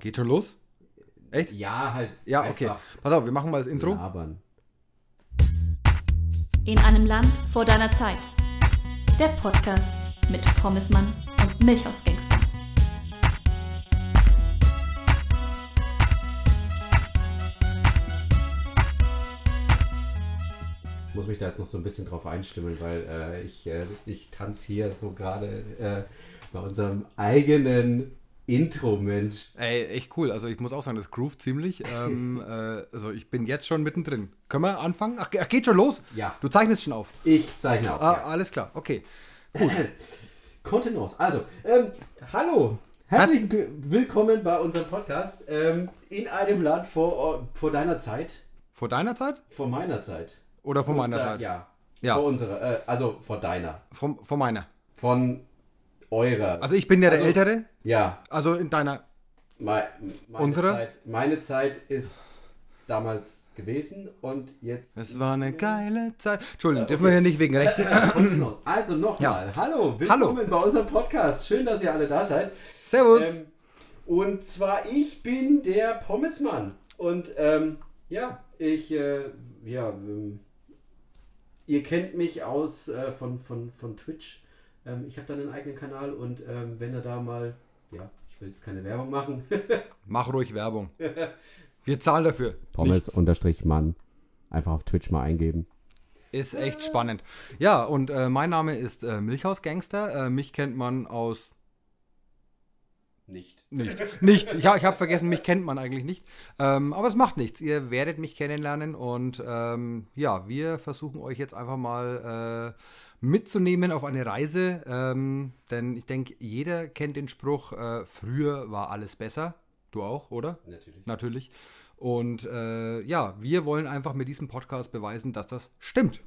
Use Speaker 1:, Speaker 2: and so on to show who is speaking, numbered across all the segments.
Speaker 1: Geht schon los? Echt?
Speaker 2: Ja, halt.
Speaker 1: Ja, okay. Pass auf, wir machen mal das Intro.
Speaker 2: Labern.
Speaker 3: In einem Land vor deiner Zeit. Der Podcast mit Pommesmann und Milchhausgangster.
Speaker 2: Ich muss mich da jetzt noch so ein bisschen drauf einstimmen, weil äh, ich, äh, ich tanze hier so gerade äh, bei unserem eigenen Intro, Mensch.
Speaker 1: Ey, echt cool. Also ich muss auch sagen, das groove ziemlich. Ähm, äh, also ich bin jetzt schon mittendrin. Können wir anfangen? Ach, ge- ach geht schon los?
Speaker 2: Ja.
Speaker 1: Du zeichnest schon auf.
Speaker 2: Ich zeichne auf.
Speaker 1: Ah,
Speaker 2: ja.
Speaker 1: Alles klar, okay.
Speaker 2: Kontinuos. Also, ähm, hallo. Herzlich ge- willkommen bei unserem Podcast ähm, in einem Land vor, oh, vor deiner Zeit,
Speaker 1: Vor deiner Zeit
Speaker 2: vor meiner Zeit.
Speaker 1: oder vor meiner
Speaker 2: Und, äh,
Speaker 1: Zeit?
Speaker 2: Ja.
Speaker 1: Ja.
Speaker 2: Vor unserer, äh, also vor deiner.
Speaker 1: Vor, vor meiner.
Speaker 2: Von eurer.
Speaker 1: Also ich bin ja
Speaker 2: Also-
Speaker 1: der Ältere.
Speaker 2: ja.
Speaker 1: Also in deiner.
Speaker 2: Mei- Meine
Speaker 1: Unsere?
Speaker 2: Zeit, meine Zeit ist damals gewesen und jetzt.
Speaker 1: Es war eine geile Zeit. Entschuldigung, dürfen wir hier nicht wegen Rechten.
Speaker 2: Also nochmal, hallo, willkommen bei unserem Podcast. Schön, dass ihr alle da seid.
Speaker 1: Servus.
Speaker 2: Ähm, und zwar, ich bin der Pommesmann. Und ähm, ja, ich, äh, ja, ähm, ihr kennt mich aus äh, von, von, von Twitch. Ähm, ich habe da einen eigenen Kanal und ähm, wenn ihr da mal, ja, ich will jetzt keine Werbung machen.
Speaker 1: Mach ruhig Werbung. Wir zahlen dafür. Nichts.
Speaker 2: Pommes-Mann. Einfach auf Twitch mal eingeben.
Speaker 1: Ist echt spannend. Ja, und äh, mein Name ist äh, Milchhausgangster. Äh, mich kennt man aus
Speaker 2: Nicht.
Speaker 1: Nicht. Nicht. Ja, ich habe vergessen, mich kennt man eigentlich nicht. Ähm, aber es macht nichts. Ihr werdet mich kennenlernen und ähm, ja, wir versuchen euch jetzt einfach mal äh, mitzunehmen auf eine Reise. Ähm, denn ich denke, jeder kennt den Spruch, äh, früher war alles besser. Du auch, oder?
Speaker 2: Natürlich.
Speaker 1: Natürlich. Und äh, ja, wir wollen einfach mit diesem Podcast beweisen, dass das stimmt.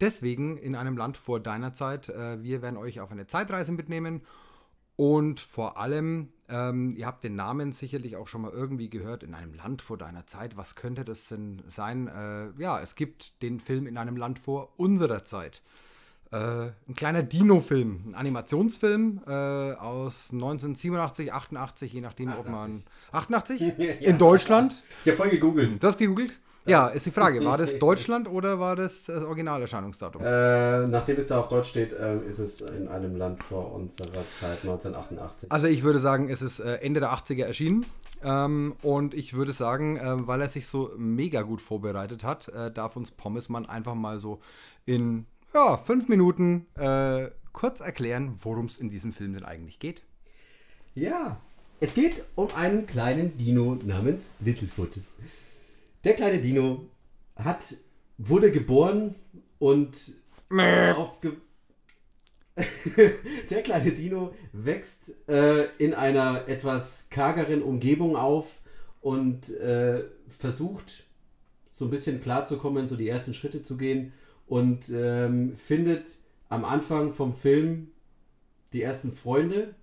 Speaker 1: Deswegen in einem Land vor deiner Zeit. Äh, wir werden euch auf eine Zeitreise mitnehmen. Und vor allem, ähm, ihr habt den Namen sicherlich auch schon mal irgendwie gehört, in einem Land vor deiner Zeit. Was könnte das denn sein? Äh, ja, es gibt den Film in einem Land vor unserer Zeit. Äh, ein kleiner Dino-Film, ein Animationsfilm äh, aus 1987, 88, je nachdem, ob man. 88? In Deutschland?
Speaker 2: Ich habe voll gegoogelt.
Speaker 1: Du hast gegoogelt? ja, ist die Frage. War das Deutschland oder war das das Originalerscheinungsdatum?
Speaker 2: Äh, nachdem es da auf Deutsch steht, äh, ist es in einem Land vor unserer Zeit 1988.
Speaker 1: Also ich würde sagen, es ist äh, Ende der 80er erschienen. Ähm, und ich würde sagen, äh, weil er sich so mega gut vorbereitet hat, äh, darf uns Pommesmann einfach mal so in ja, fünf Minuten äh, kurz erklären, worum es in diesem Film denn eigentlich geht.
Speaker 2: Ja, es geht um einen kleinen Dino namens Littlefoot. Der kleine Dino hat, wurde geboren und aufge Der kleine Dino wächst äh, in einer etwas kargeren Umgebung auf und äh, versucht so ein bisschen klarzukommen, so die ersten Schritte zu gehen und ähm, findet am Anfang vom Film die ersten Freunde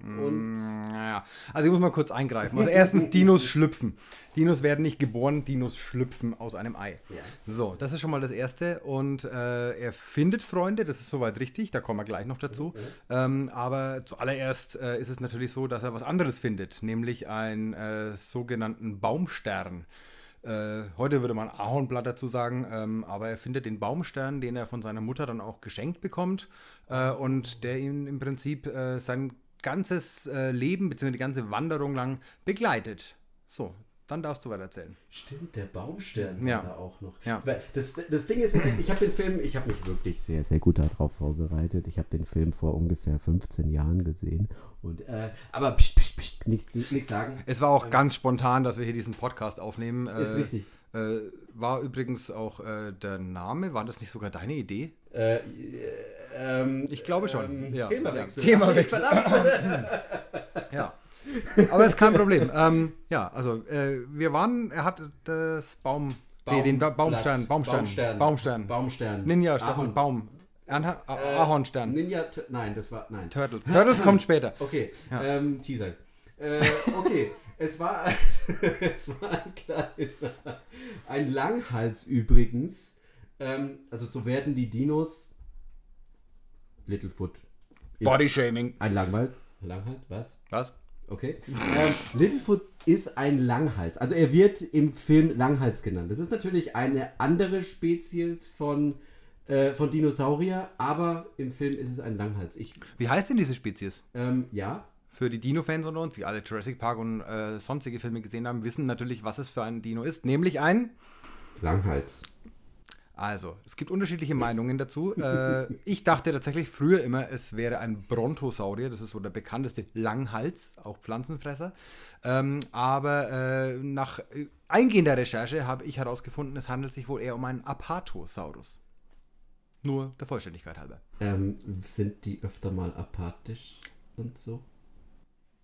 Speaker 2: und
Speaker 1: Naja, also ich muss mal kurz eingreifen. Also erstens, Dinos schlüpfen. Dinos werden nicht geboren, Dinos schlüpfen aus einem Ei.
Speaker 2: Ja.
Speaker 1: So, das ist schon mal das Erste. Und äh, er findet Freunde, das ist soweit richtig, da kommen wir gleich noch dazu. Ähm, aber zuallererst äh, ist es natürlich so, dass er was anderes findet, nämlich einen äh, sogenannten Baumstern. Äh, heute würde man Ahornblatt dazu sagen, ähm, aber er findet den Baumstern, den er von seiner Mutter dann auch geschenkt bekommt äh, und der ihn im Prinzip äh, sein ganzes äh, Leben bzw. die ganze Wanderung lang begleitet. So, dann darfst du weiter erzählen.
Speaker 2: Stimmt, der Baumstern
Speaker 1: Ja.
Speaker 2: war da auch noch.
Speaker 1: Ja.
Speaker 2: Weil Das, das Ding ist, ich habe den Film, ich habe mich wirklich sehr, sehr gut darauf vorbereitet. Ich habe den Film vor ungefähr 15 Jahren gesehen. Und, äh, aber pst, pst, pst, nichts, nichts sagen.
Speaker 1: Es war auch ganz spontan, dass wir hier diesen Podcast aufnehmen.
Speaker 2: Ist
Speaker 1: Äh,
Speaker 2: richtig.
Speaker 1: Äh, war übrigens auch äh, der Name, war das nicht sogar deine Idee?
Speaker 2: Äh, ähm,
Speaker 1: Ich glaube schon.
Speaker 2: Ähm,
Speaker 1: ja.
Speaker 2: Themawechsel.
Speaker 1: Ja. Themawechsel.
Speaker 2: ne?
Speaker 1: ja. Aber ist kein Problem. Ähm, ja, also äh, wir waren, er hat das Baum, nee, den ba Baumstern, Baumstern,
Speaker 2: Baumstern.
Speaker 1: Baumstern,
Speaker 2: Baumstern.
Speaker 1: Ninja, Stern,
Speaker 2: Ahorn-
Speaker 1: Baum, Anha A-
Speaker 2: äh,
Speaker 1: Ahornstern,
Speaker 2: Ninja, T- nein, das war, nein.
Speaker 1: Turtles. Turtles kommt später.
Speaker 2: Okay,
Speaker 1: Ja.
Speaker 2: ähm, Teaser. Äh, okay, es war, es war ein kleiner, ein Langhals übrigens. Ähm, also so werden die Dinos. Littlefoot. Ist
Speaker 1: Bodyshaming.
Speaker 2: Ein Langwald. Langhals, was?
Speaker 1: Was?
Speaker 2: Okay. Ähm, Littlefoot ist ein Langhals. Also er wird im Film Langhals genannt. Das ist natürlich eine andere Spezies von, äh, von Dinosaurier, aber im Film ist es ein Langhals. Ich,
Speaker 1: Wie heißt denn diese Spezies?
Speaker 2: ähm, ja,
Speaker 1: Für die Dino-Fans unter uns, die alle Jurassic Park und äh, sonstige Filme gesehen haben, wissen natürlich, was es für ein Dino ist. Nämlich ein.
Speaker 2: Langhals.
Speaker 1: Also, es gibt unterschiedliche Meinungen dazu. Äh, ich dachte tatsächlich früher immer, es wäre ein Brontosaurier. Das ist so der bekannteste Langhals, auch Pflanzenfresser. Ähm, aber äh, nach äh, eingehender Recherche habe ich herausgefunden, es handelt sich wohl eher um einen Apatosaurus. Nur der Vollständigkeit halber.
Speaker 2: Ähm, sind die öfter mal apathisch und so?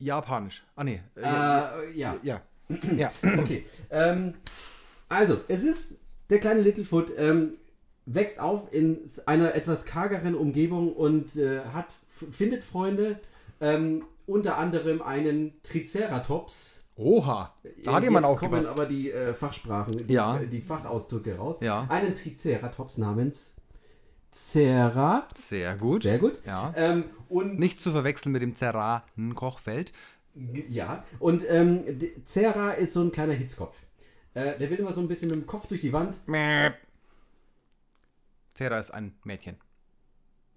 Speaker 1: Japanisch. Ah, nee. Äh,
Speaker 2: Äh, ja.
Speaker 1: ja. ja.
Speaker 2: Okay. Ähm, also, es ist der kleine Littlefoot, ähm, wächst auf in einer etwas kargeren Umgebung und äh, hat, f- findet Freunde, ähm, unter anderem einen Triceratops.
Speaker 1: Oha. Da hat jemand
Speaker 2: Jetzt kommen
Speaker 1: aufgepasst.
Speaker 2: aber die äh, Fachsprachen, die, äh,
Speaker 1: Ja.
Speaker 2: die Fachausdrücke raus.
Speaker 1: Ja.
Speaker 2: Einen Triceratops namens Cera.
Speaker 1: Sehr gut.
Speaker 2: Sehr gut.
Speaker 1: Ja.
Speaker 2: Ähm, und
Speaker 1: Nicht zu verwechseln mit dem Zerran-Kochfeld.
Speaker 2: G- Ja, und ähm, d- Zera ist so ein kleiner Hitzkopf. Äh, der will immer so ein bisschen mit dem Kopf durch die Wand.
Speaker 1: Zera ist ein Mädchen.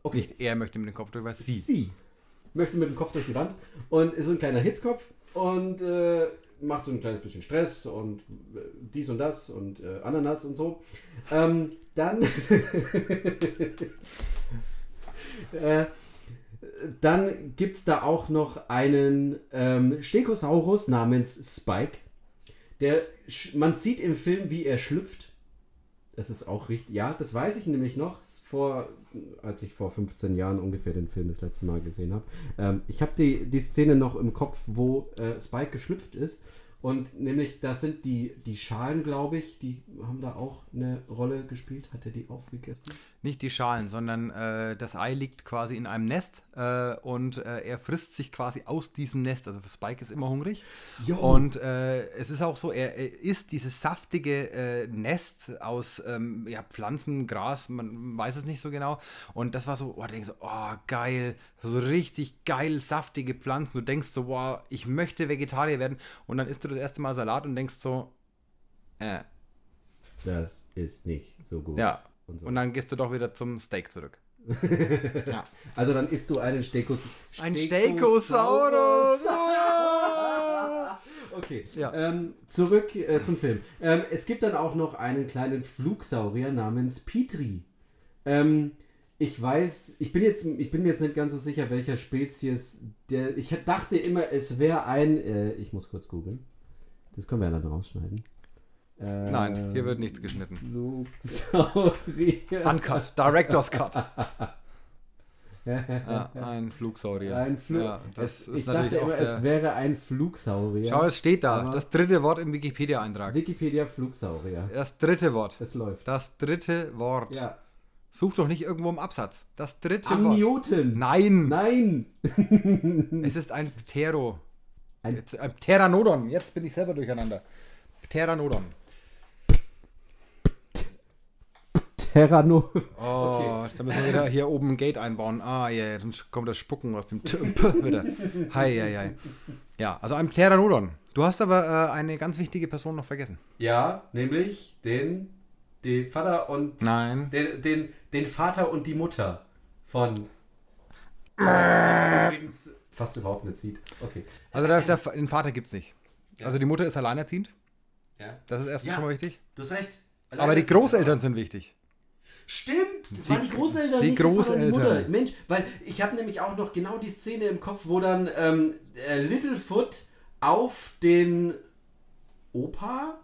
Speaker 2: Okay,
Speaker 1: Nicht er möchte mit dem Kopf durch, was sie.
Speaker 2: Möchte mit dem Kopf durch die Wand und ist so ein kleiner Hitzkopf und äh, macht so ein kleines bisschen Stress und äh, dies und das und äh, Ananas und so. Ähm, dann. äh, dann gibt es da auch noch einen ähm, Stegosaurus namens Spike. Der, sch- man sieht im Film, wie er schlüpft. Das ist auch richtig. Ja, das weiß ich nämlich noch, vor, als ich vor 15 Jahren ungefähr den Film das letzte Mal gesehen habe. Ähm, ich habe die, die Szene noch im Kopf, wo äh, Spike geschlüpft ist. Und nämlich, das sind die, die Schalen, glaube ich, die haben da auch eine Rolle gespielt. Hat er die aufgegessen?
Speaker 1: Nicht die Schalen, sondern äh, das Ei liegt quasi in einem Nest äh, und äh, er frisst sich quasi aus diesem Nest. Also Spike ist immer hungrig.
Speaker 2: Jo.
Speaker 1: Und äh, es ist auch so, er, er isst dieses saftige äh, Nest aus ähm, ja, Pflanzen, Gras, man weiß es nicht so genau. Und das war so, oh, denkst du, oh, geil, so richtig geil saftige Pflanzen. Du denkst so, wow, ich möchte Vegetarier werden. Und dann isst du das erste Mal Salat und denkst so, äh,
Speaker 2: Das ist nicht so gut.
Speaker 1: ja.
Speaker 2: Und so.
Speaker 1: Und dann gehst du doch wieder zum Steak zurück. ja.
Speaker 2: Also dann isst du einen Stekos.
Speaker 1: Ein Stegosaurus.
Speaker 2: Okay,
Speaker 1: Ja.
Speaker 2: ähm, zurück äh, zum Film. Ähm, es gibt dann auch noch einen kleinen Flugsaurier namens Petri. Ähm, ich weiß, ich bin, jetzt, ich bin mir jetzt nicht ganz so sicher, welcher Spezies der. Ich dachte immer, es wäre ein. Äh, ich muss kurz googeln. Das können wir ja dann rausschneiden. Äh,
Speaker 1: Nein, hier wird nichts geschnitten.
Speaker 2: Flugsaurier.
Speaker 1: Uncut, Director's Cut. ja, ein Flugsaurier.
Speaker 2: Ein Flug.
Speaker 1: Ja, das
Speaker 2: es,
Speaker 1: ist
Speaker 2: ich
Speaker 1: natürlich
Speaker 2: dachte
Speaker 1: auch
Speaker 2: immer, es
Speaker 1: der.
Speaker 2: wäre ein Flugsaurier.
Speaker 1: Schau, es steht da.
Speaker 2: Aber-
Speaker 1: Das dritte Wort im Wikipedia-Eintrag.
Speaker 2: Wikipedia Flugsaurier.
Speaker 1: Das dritte Wort.
Speaker 2: Es läuft.
Speaker 1: Das dritte Wort.
Speaker 2: Ja.
Speaker 1: Such doch nicht irgendwo im Absatz. Das dritte Wort.
Speaker 2: Amnioten.
Speaker 1: Nein,
Speaker 2: Nein.
Speaker 1: es ist ein Ptero.
Speaker 2: Ein-
Speaker 1: Jetzt, ein Pteranodon. Jetzt bin ich selber durcheinander. Pteranodon.
Speaker 2: Terrano.
Speaker 1: Oh, da müssen wir wieder hier oben ein Gate einbauen. Ah, ja, ja, sonst kommt das Spucken aus dem T P wieder. Hei, hei, hei. Ja, also ein Pteranodon. Du hast aber äh, eine ganz wichtige Person noch vergessen.
Speaker 2: Ja, nämlich den, den Vater und
Speaker 1: Nein.
Speaker 2: den, den, den Vater und die Mutter von.
Speaker 1: Äh.
Speaker 2: Übrigens fast überhaupt nicht sieht. Okay.
Speaker 1: Also der, der, den Vater gibt's nicht. Also die Mutter ist alleinerziehend.
Speaker 2: Ja.
Speaker 1: Das ist erstens
Speaker 2: Ja.
Speaker 1: schon mal wichtig.
Speaker 2: Du hast recht.
Speaker 1: Aber die Großeltern sind wichtig.
Speaker 2: Stimmt, das waren die Großeltern.
Speaker 1: die
Speaker 2: nicht Vater und
Speaker 1: Großeltern.
Speaker 2: Mutter. Mensch, weil ich habe nämlich auch noch genau die Szene im Kopf, wo dann ähm, äh, Littlefoot auf den Opa,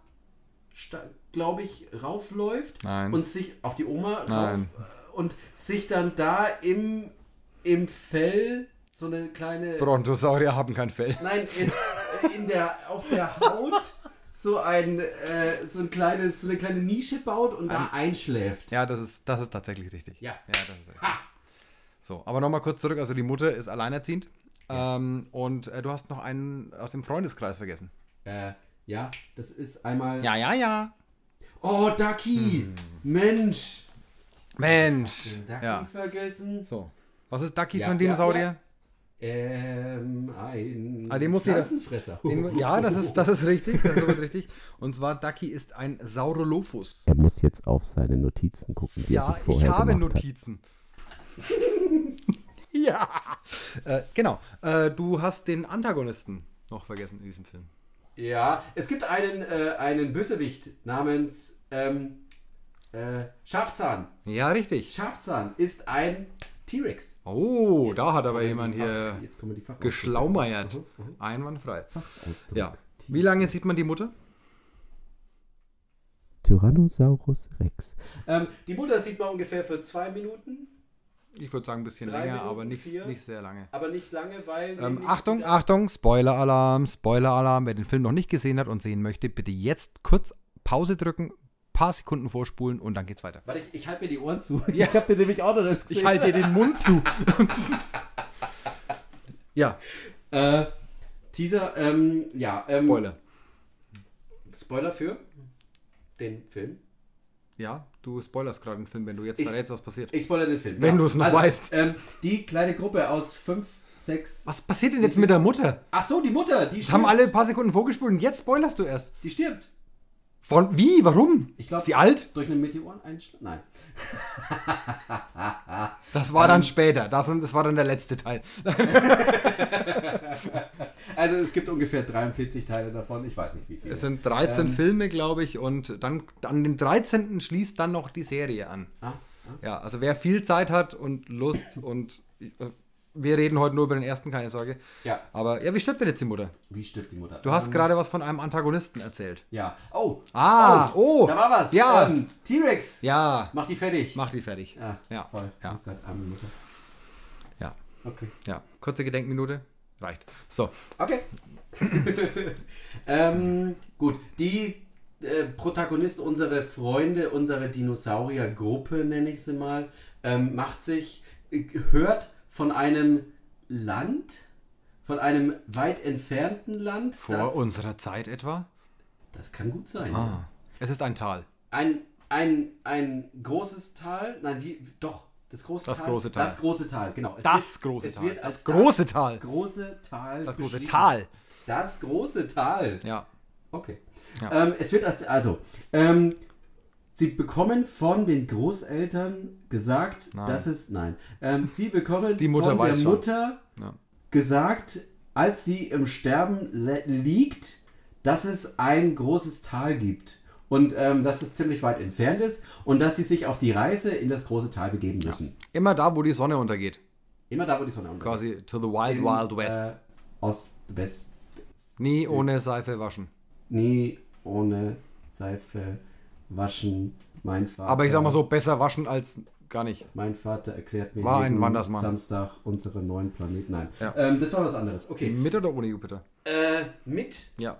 Speaker 2: glaube ich, raufläuft
Speaker 1: Nein.
Speaker 2: und sich auf die Oma rauf
Speaker 1: Nein.
Speaker 2: äh, und sich dann da im, im Fell so eine kleine.
Speaker 1: Brontosaurier haben kein Fell.
Speaker 2: Nein, in, äh, in der, auf der Haut so ein, äh, so ein kleines, so eine kleine Nische baut und da einschläft.
Speaker 1: Ja, das ist, das ist tatsächlich richtig.
Speaker 2: Ja.
Speaker 1: ja das ist richtig. So, aber nochmal kurz zurück. Also die Mutter ist alleinerziehend. Ähm, und äh, du hast noch einen aus dem Freundeskreis vergessen.
Speaker 2: Äh, ja, das ist einmal.
Speaker 1: Ja, Hm. ja, ja.
Speaker 2: Oh, Ducky! Mensch!
Speaker 1: Mensch.
Speaker 2: Den Ducky
Speaker 1: Ja.
Speaker 2: vergessen.
Speaker 1: So. Was ist Ducky
Speaker 2: Ja,
Speaker 1: für ein
Speaker 2: ja,
Speaker 1: Dinosaurier?
Speaker 2: ja. ähm, ein
Speaker 1: Ah, den musst du jetzt-
Speaker 2: Pflanzenfresser.
Speaker 1: Den, ja, das ist, das ist richtig. Das ist soweit richtig. Und zwar, Ducky ist ein Saurolophus.
Speaker 4: Er muss jetzt auf seine Notizen gucken, die er
Speaker 1: Ja,
Speaker 4: sich
Speaker 1: ich
Speaker 4: vorher
Speaker 1: habe
Speaker 4: gemacht hat.
Speaker 1: Notizen. ja. Äh, genau. Äh, du hast den Antagonisten noch vergessen in diesem Film.
Speaker 2: Ja, es gibt einen, äh, einen Bösewicht namens ähm, äh, Schafzahn.
Speaker 1: Ja, richtig.
Speaker 2: Schafzahn ist ein T-Rex.
Speaker 1: Oh,
Speaker 2: Jetzt
Speaker 1: da hat aber
Speaker 2: kommen
Speaker 1: jemand
Speaker 2: die Fach-
Speaker 1: hier
Speaker 2: jetzt kommen die Fach-
Speaker 1: geschlaumeiert.
Speaker 2: Mhm, mhm.
Speaker 1: Einwandfrei.
Speaker 4: Ausdruck.
Speaker 1: Ja. Wie lange sieht man die Mutter?
Speaker 4: Tyrannosaurus Rex.
Speaker 2: Ähm, die Mutter sieht man ungefähr für zwei Minuten,
Speaker 1: Ich würde sagen, ein bisschen
Speaker 2: Drei
Speaker 1: länger,
Speaker 2: Minuten,
Speaker 1: aber nicht,
Speaker 2: vier.
Speaker 1: nicht sehr lange.
Speaker 2: aber nicht lange, weil.
Speaker 1: Ähm,
Speaker 2: nämlich
Speaker 1: Achtung,
Speaker 2: wieder-
Speaker 1: Achtung, Spoiler-Alarm, Spoiler-Alarm. Wer den Film noch nicht gesehen hat und sehen möchte, bitte jetzt kurz Pause drücken, paar Sekunden vorspulen und dann geht's weiter.
Speaker 2: Warte, ich, ich halte mir die Ohren zu.
Speaker 1: Ja.
Speaker 2: Ich habe dir nämlich auch noch das
Speaker 1: Ich halte dir den Mund zu. ja,
Speaker 2: Äh, Teaser, ähm, ja. Ähm,
Speaker 1: Spoiler.
Speaker 2: Spoiler für den Film.
Speaker 1: Ja, du spoilerst gerade den Film, wenn du jetzt
Speaker 2: Ich-
Speaker 1: verrätst, was passiert.
Speaker 2: Ich spoilere den Film.
Speaker 1: Wenn du's noch weißt.
Speaker 2: Ähm, die kleine Gruppe aus fünf, sechs.
Speaker 1: Was passiert denn jetzt mit der Mutter?
Speaker 2: Ach so, die Mutter, die
Speaker 1: Das haben alle ein paar Sekunden vorgespult und jetzt spoilerst du erst.
Speaker 2: Die stirbt.
Speaker 1: Von wie? Warum?
Speaker 2: Ich glaub-
Speaker 1: Ist sie alt?
Speaker 2: Durch einen Meteoreinschlag? Nein.
Speaker 1: Das war dann später. Das, das war dann der letzte Teil.
Speaker 2: Also es gibt ungefähr 43 Teile davon. Ich weiß nicht, wie viele.
Speaker 1: Es sind 13
Speaker 2: Ähm.
Speaker 1: Filme, glaube ich, und dann an dem 13. schließt dann noch die Serie an.
Speaker 2: ah,
Speaker 1: Ja, also wer viel Zeit hat und Lust und äh, wir reden heute nur über den ersten, keine Sorge.
Speaker 2: ja,
Speaker 1: Aber ja, wie stirbt denn jetzt die Mutter?
Speaker 2: wie stirbt die Mutter?
Speaker 1: Du hast
Speaker 2: Ähm,
Speaker 1: gerade was von einem Antagonisten erzählt.
Speaker 2: Ja. Oh.
Speaker 1: Ah, oh.
Speaker 2: Da war was.
Speaker 1: Ja.
Speaker 2: Ähm, T-Rex.
Speaker 1: Ja,
Speaker 2: Mach die fertig. Ah.
Speaker 1: mach die fertig.
Speaker 2: Ja.
Speaker 1: Ja,
Speaker 2: Voll.
Speaker 1: ja.
Speaker 2: Oh Gott, arme Mutter.
Speaker 1: Ja,
Speaker 2: Okay.
Speaker 1: ja. Kurze Gedenkminute, reicht. So,
Speaker 2: Okay. ähm, gut, die äh, Protagonisten, unsere Freunde, unsere Dinosauriergruppe, nenne ich sie mal, ähm, macht sich, äh, hört von einem Land, von einem weit entfernten Land.
Speaker 1: vor
Speaker 2: das,
Speaker 1: unserer Zeit etwa.
Speaker 2: Das kann gut sein.
Speaker 1: Ah. Es ist ein Tal.
Speaker 2: Ein, ein, ein großes Tal, nein, wie, doch, das große
Speaker 1: Das
Speaker 2: Tal.
Speaker 1: große Tal.
Speaker 2: Das große Tal, genau. Es
Speaker 1: Das
Speaker 2: wird-
Speaker 1: große
Speaker 2: es
Speaker 1: Tal.
Speaker 2: Wird
Speaker 1: Das
Speaker 2: als
Speaker 1: große Tal.
Speaker 2: große Tal.
Speaker 1: Das große
Speaker 2: beschrieben.
Speaker 1: Tal.
Speaker 2: Das große Tal.
Speaker 1: Ja.
Speaker 2: Okay.
Speaker 1: Ja.
Speaker 2: Ähm, es wird als, also, ähm, sie bekommen von den Großeltern gesagt,
Speaker 1: Nein.
Speaker 2: dass es, nein, ähm, sie bekommen
Speaker 1: Die Mutter
Speaker 2: von
Speaker 1: weiß
Speaker 2: der
Speaker 1: schon.
Speaker 2: Mutter
Speaker 1: Ja.
Speaker 2: gesagt, als sie im Sterben le- liegt, dass es ein großes Tal gibt. Und ähm, dass es ziemlich weit entfernt ist und dass sie sich auf die Reise in das große Tal begeben müssen.
Speaker 1: Immer da, wo die Sonne untergeht.
Speaker 2: Immer da, wo die Sonne untergeht.
Speaker 1: Quasi to the wild,
Speaker 2: In,
Speaker 1: wild west.
Speaker 2: Äh, Ost, West,
Speaker 1: Nie ohne Seife waschen.
Speaker 2: nie ohne Seife waschen. Mein Vater.
Speaker 1: Aber ich sag mal so, besser waschen als gar nicht.
Speaker 2: Mein Vater erklärt mir
Speaker 1: War ein
Speaker 2: jeden
Speaker 1: Wandersmann.
Speaker 2: Samstag unseren neuen Planeten. Nein,
Speaker 1: Ja. Mhm.
Speaker 2: ähm, das war was anderes. Okay.
Speaker 1: Mit oder ohne Jupiter?
Speaker 2: Äh, mit
Speaker 1: Ja.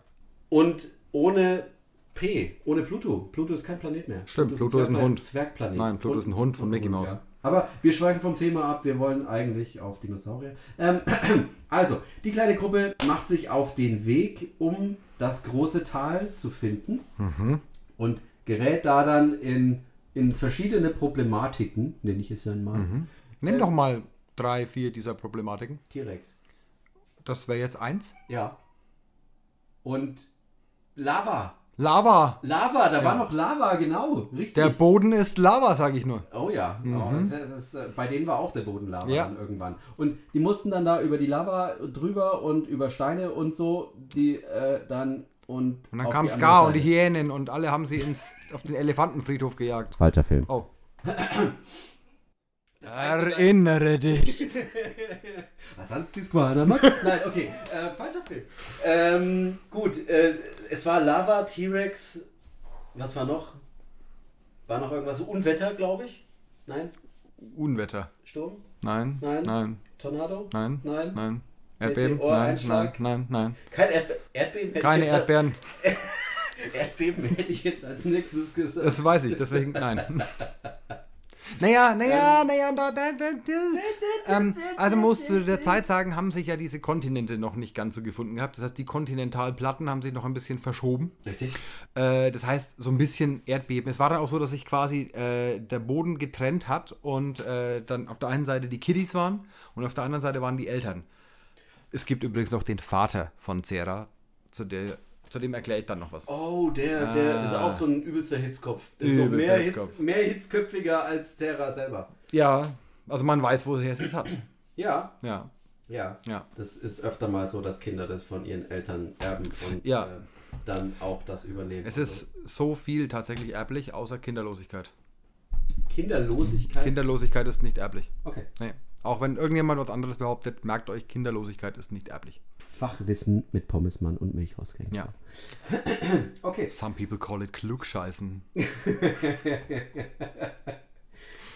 Speaker 2: und ohne P, ohne Pluto. Pluto ist kein Planet mehr.
Speaker 1: Stimmt, Pluto ist ein
Speaker 2: Zwergpla-
Speaker 1: Hund.
Speaker 2: Zwergplanet.
Speaker 1: Nein, Pluto ist ein Hund von
Speaker 2: und
Speaker 1: Mickey
Speaker 2: Hund,
Speaker 1: Mouse.
Speaker 2: ja. Aber wir schweifen vom Thema ab. Wir wollen eigentlich auf Dinosaurier. Ähm, also, die kleine Gruppe macht sich auf den Weg, um das große Tal zu finden
Speaker 1: Mhm.
Speaker 2: und gerät da dann in, in verschiedene Problematiken, nenne ich es ja mal.
Speaker 1: Mhm.
Speaker 2: Äh,
Speaker 1: Nimm doch mal drei, vier dieser Problematiken.
Speaker 2: T-Rex.
Speaker 1: Das wäre jetzt eins.
Speaker 2: Ja. Und Lava.
Speaker 1: Lava.
Speaker 2: Lava, da war noch Lava, genau. Richtig.
Speaker 1: Der Boden ist Lava, sag ich nur.
Speaker 2: oh ja. Oh, das ist, das ist, bei denen war auch der Boden Lava
Speaker 1: Ja.
Speaker 2: dann irgendwann. Und die mussten dann da über die Lava drüber und über Steine und so, die äh, dann und.
Speaker 1: Und dann
Speaker 2: auf
Speaker 1: kam
Speaker 2: die andere
Speaker 1: Ska und die
Speaker 2: Seite.
Speaker 1: Hyänen und alle haben sie ins, auf den Elefantenfriedhof gejagt.
Speaker 4: Falscher Film.
Speaker 1: Oh.
Speaker 2: heißt,
Speaker 1: Erinnere dich.
Speaker 2: Was hat die Squadra gemacht? Nein, okay. Äh, falscher Film. Ähm, gut, äh, es war Lava, T-Rex. Was war noch? War noch irgendwas? Unwetter, glaube ich. Nein?
Speaker 1: Unwetter.
Speaker 2: Sturm?
Speaker 1: Nein.
Speaker 2: Nein.
Speaker 1: Nein.
Speaker 2: Tornado?
Speaker 1: Nein.
Speaker 2: Nein.
Speaker 1: Nein. Erdbeben? Nein, nein,
Speaker 2: Meteoreinschlag.
Speaker 1: nein, nein.
Speaker 2: Kein Erdbe Erdbeben hätte
Speaker 1: Keine
Speaker 2: ich jetzt
Speaker 1: Erdbeeren.
Speaker 2: Als, Erdbeben hätte ich jetzt als nächstes gesagt.
Speaker 1: Das weiß ich, deswegen nein. Naja, naja, naja, da, da, da, da. Ähm, also musst du der Zeit sagen, haben sich ja diese Kontinente noch nicht ganz so gefunden gehabt. Das heißt, die Kontinentalplatten haben sich noch ein bisschen verschoben.
Speaker 2: Richtig.
Speaker 1: Äh, das heißt, so ein bisschen Erdbeben. Es war dann auch so, dass sich quasi äh, der Boden getrennt hat und äh, dann auf der einen Seite die Kiddies waren und auf der anderen Seite waren die Eltern. Es gibt übrigens noch den Vater von Zera, zu, der, zu dem erkläre ich dann noch was.
Speaker 2: Oh, der, der ist auch so ein übelster Hitzkopf. Der ist
Speaker 1: Ah. Übelster
Speaker 2: noch mehr,
Speaker 1: Hitzkopf.
Speaker 2: Hitz, mehr hitzköpfiger als Terra selber.
Speaker 1: Ja, also man weiß, woher es es hat.
Speaker 2: Ja,
Speaker 1: Ja,
Speaker 2: ja.
Speaker 1: ja.
Speaker 2: Das ist öfter mal so, dass Kinder das von ihren Eltern erben und
Speaker 1: Ja.
Speaker 2: äh, dann auch das übernehmen.
Speaker 1: Es ist so viel tatsächlich erblich, außer Kinderlosigkeit.
Speaker 2: Also Kinderlosigkeit.
Speaker 1: Kinderlosigkeit ist nicht erblich.
Speaker 2: okay.
Speaker 1: Nee. Auch wenn irgendjemand was anderes behauptet, merkt euch, Kinderlosigkeit ist nicht erblich.
Speaker 4: Fachwissen mit Pommesmann und Milchhausgangster.
Speaker 1: Ja.
Speaker 2: Okay.
Speaker 1: Some people call it Klugscheißen.
Speaker 2: Ja.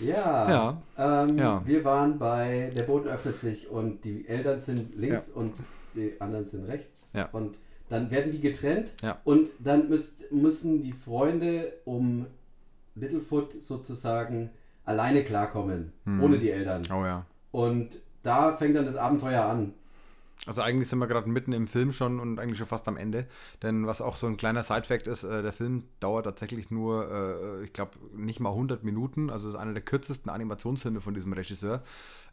Speaker 1: Ja.
Speaker 2: Ähm,
Speaker 1: Ja.
Speaker 2: Wir waren bei der Boden öffnet sich und die Eltern sind links und die anderen sind rechts.
Speaker 1: Ja.
Speaker 2: Und dann werden die getrennt
Speaker 1: Ja.
Speaker 2: und dann müsst, müssen die Freunde um Littlefoot sozusagen alleine klarkommen, ohne die Eltern.
Speaker 1: Oh ja.
Speaker 2: Und da fängt dann das Abenteuer an.
Speaker 1: Also eigentlich sind wir gerade mitten im Film schon und eigentlich schon fast am Ende. Denn was auch so ein kleiner Sidefact ist, äh, der Film dauert tatsächlich nur, äh, ich glaube, nicht mal 100 Minuten. Also ist einer der kürzesten Animationsfilme von diesem Regisseur.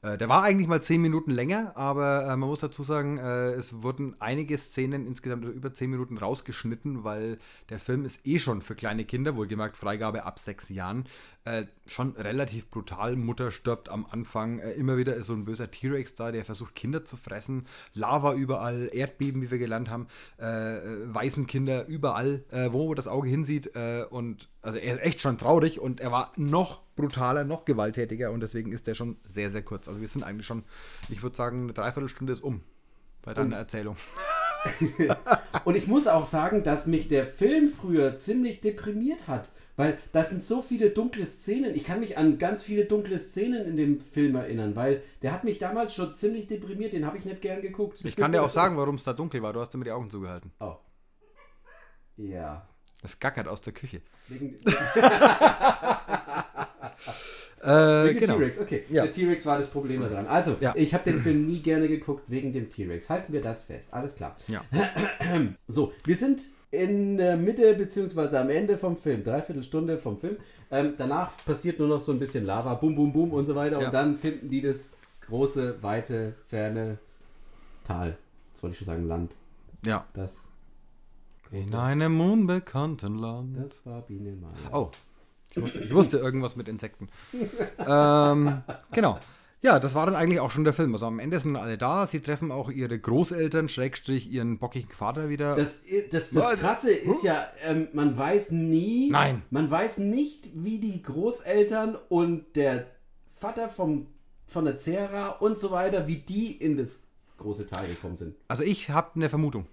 Speaker 1: Äh, der war eigentlich mal 10 Minuten länger, aber äh, man muss dazu sagen, äh, es wurden einige Szenen insgesamt über 10 Minuten rausgeschnitten, weil der Film ist eh schon für kleine Kinder, wohlgemerkt Freigabe ab sechs Jahren, äh, schon relativ brutal. Mutter stirbt am Anfang. Äh, immer wieder ist so ein böser T-Rex da, der versucht, Kinder zu fressen. Lava überall, Erdbeben, wie wir gelernt haben, äh, Waisenkinder überall, äh, wo das Auge hinsieht. Äh, und also er ist echt schon traurig und er war noch brutaler, noch gewalttätiger und deswegen ist der schon sehr, sehr kurz. Also wir sind eigentlich schon, ich würde sagen, eine Dreiviertelstunde ist um bei deiner Erzählung.
Speaker 2: Und ich muss auch sagen, dass mich der Film früher ziemlich deprimiert hat, weil das sind so viele dunkle Szenen. Ich kann mich an ganz viele dunkle Szenen in dem Film erinnern, weil der hat mich damals schon ziemlich deprimiert. Den habe ich nicht gern geguckt.
Speaker 1: Ich kann dir auch sagen, warum es da dunkel war. Du hast immer die Augen zugehalten.
Speaker 2: Oh. Ja.
Speaker 1: Es gackert aus der Küche.
Speaker 2: Wegen,
Speaker 1: Äh,
Speaker 2: wegen
Speaker 1: genau.
Speaker 2: T-Rex, okay.
Speaker 1: Ja.
Speaker 2: Der T-Rex war das Problem daran. Also,
Speaker 1: Ja.
Speaker 2: ich habe den Film nie gerne geguckt wegen dem T-Rex. Halten wir das fest. Alles klar.
Speaker 1: Ja.
Speaker 2: So, wir sind in der Mitte beziehungsweise am Ende vom Film, dreiviertel Stunde vom Film. Ähm, danach passiert nur noch so ein bisschen Lava, bum, bum, bum und so weiter.
Speaker 1: Ja.
Speaker 2: Und dann finden die das große, weite, ferne Tal. Jetzt wollte ich schon sagen Land.
Speaker 1: ja.
Speaker 2: Das,
Speaker 1: In einem unbekannten Land.
Speaker 2: das war Biene Maya.
Speaker 1: Oh, ich wusste, ich wusste irgendwas mit Insekten. ähm, genau. Ja, das war dann eigentlich auch schon der Film. Also am Ende sind alle da. Sie treffen auch ihre Großeltern, Schrägstrich ihren bockigen Vater wieder.
Speaker 2: Das, das, das
Speaker 1: Was?
Speaker 2: Krasse ist ja, ähm, man weiß nie,
Speaker 1: Nein.
Speaker 2: man weiß nicht, wie die Großeltern und der Vater vom, von der Zera und so weiter, wie die in das große Tal gekommen sind.
Speaker 1: also ich habe eine Vermutung.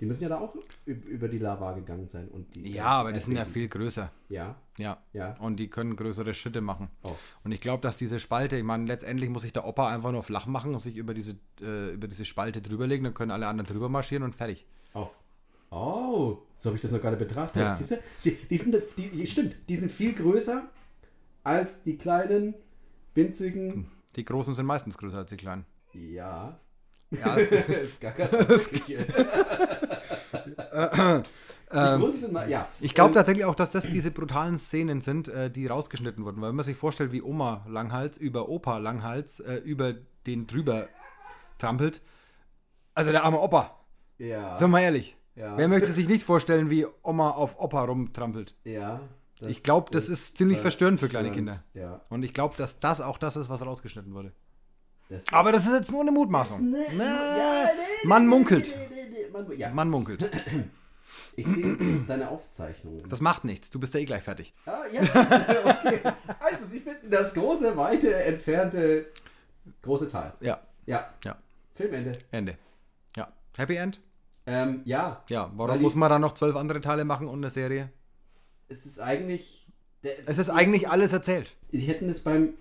Speaker 2: Die müssen ja da auch üb- über die Lava gegangen sein und die.
Speaker 1: Ja, aber die sind ja
Speaker 2: Erdbeben.
Speaker 1: viel größer.
Speaker 2: Ja,
Speaker 1: Ja.
Speaker 2: ja.
Speaker 1: Und die können größere Schritte machen.
Speaker 2: Oh.
Speaker 1: Und ich glaube, dass diese Spalte, ich meine, letztendlich muss sich der Opa einfach nur flach machen und sich über diese, äh, über diese Spalte drüberlegen, dann können alle anderen drüber marschieren und fertig.
Speaker 2: Oh. Oh, so habe ich das noch gar nicht betrachtet.
Speaker 1: Ja.
Speaker 2: Siehst du? Die, die sind, die, die, stimmt, die sind viel größer als die kleinen, winzigen.
Speaker 1: Die Großen sind meistens größer als die Kleinen.
Speaker 2: Ja.
Speaker 1: Ja, es ist,
Speaker 2: Es gackert aus der Küche. Die Großen sind mal, ja.
Speaker 1: Ähm, Ich glaube tatsächlich auch, dass das diese brutalen Szenen sind, äh, die rausgeschnitten wurden. Weil wenn man sich vorstellt, wie Oma Langhals über Opa Langhals äh, über den drüber trampelt. Also der arme Opa,
Speaker 2: Ja.
Speaker 1: sind wir mal ehrlich.
Speaker 2: Ja.
Speaker 1: Wer möchte sich nicht vorstellen, wie Oma auf Opa rumtrampelt?
Speaker 2: ja das
Speaker 1: Ich glaube, das ist ziemlich verstörend für kleine
Speaker 2: verstörend.
Speaker 1: Kinder.
Speaker 2: Ja.
Speaker 1: Und ich glaube, dass das auch das ist, was rausgeschnitten wurde.
Speaker 2: Das
Speaker 1: Aber das ist jetzt nur eine Mutmaßung.
Speaker 2: Ne-
Speaker 1: Na,
Speaker 2: ja, nee, nee,
Speaker 1: man
Speaker 2: nee,
Speaker 1: munkelt.
Speaker 2: nee, nee, nee, man- Ja,
Speaker 1: Man munkelt.
Speaker 2: ich sehe übrigens deine Aufzeichnung.
Speaker 1: Das macht nichts. Du bist ja eh gleich fertig.
Speaker 2: Ah, ja, okay. Also, Sie finden das große, weite, entfernte, große Tal.
Speaker 1: Ja,
Speaker 2: Ja,
Speaker 1: ja.
Speaker 2: Filmende.
Speaker 1: Ende. Ja. Happy End?
Speaker 2: Ähm, ja,
Speaker 1: Ja,
Speaker 2: Weil
Speaker 1: warum
Speaker 2: die-
Speaker 1: muss man dann noch zwölf andere Teile machen und eine Serie?
Speaker 2: es ist eigentlich. der-
Speaker 1: Es ist eigentlich alles erzählt.
Speaker 2: Sie hätten es beim,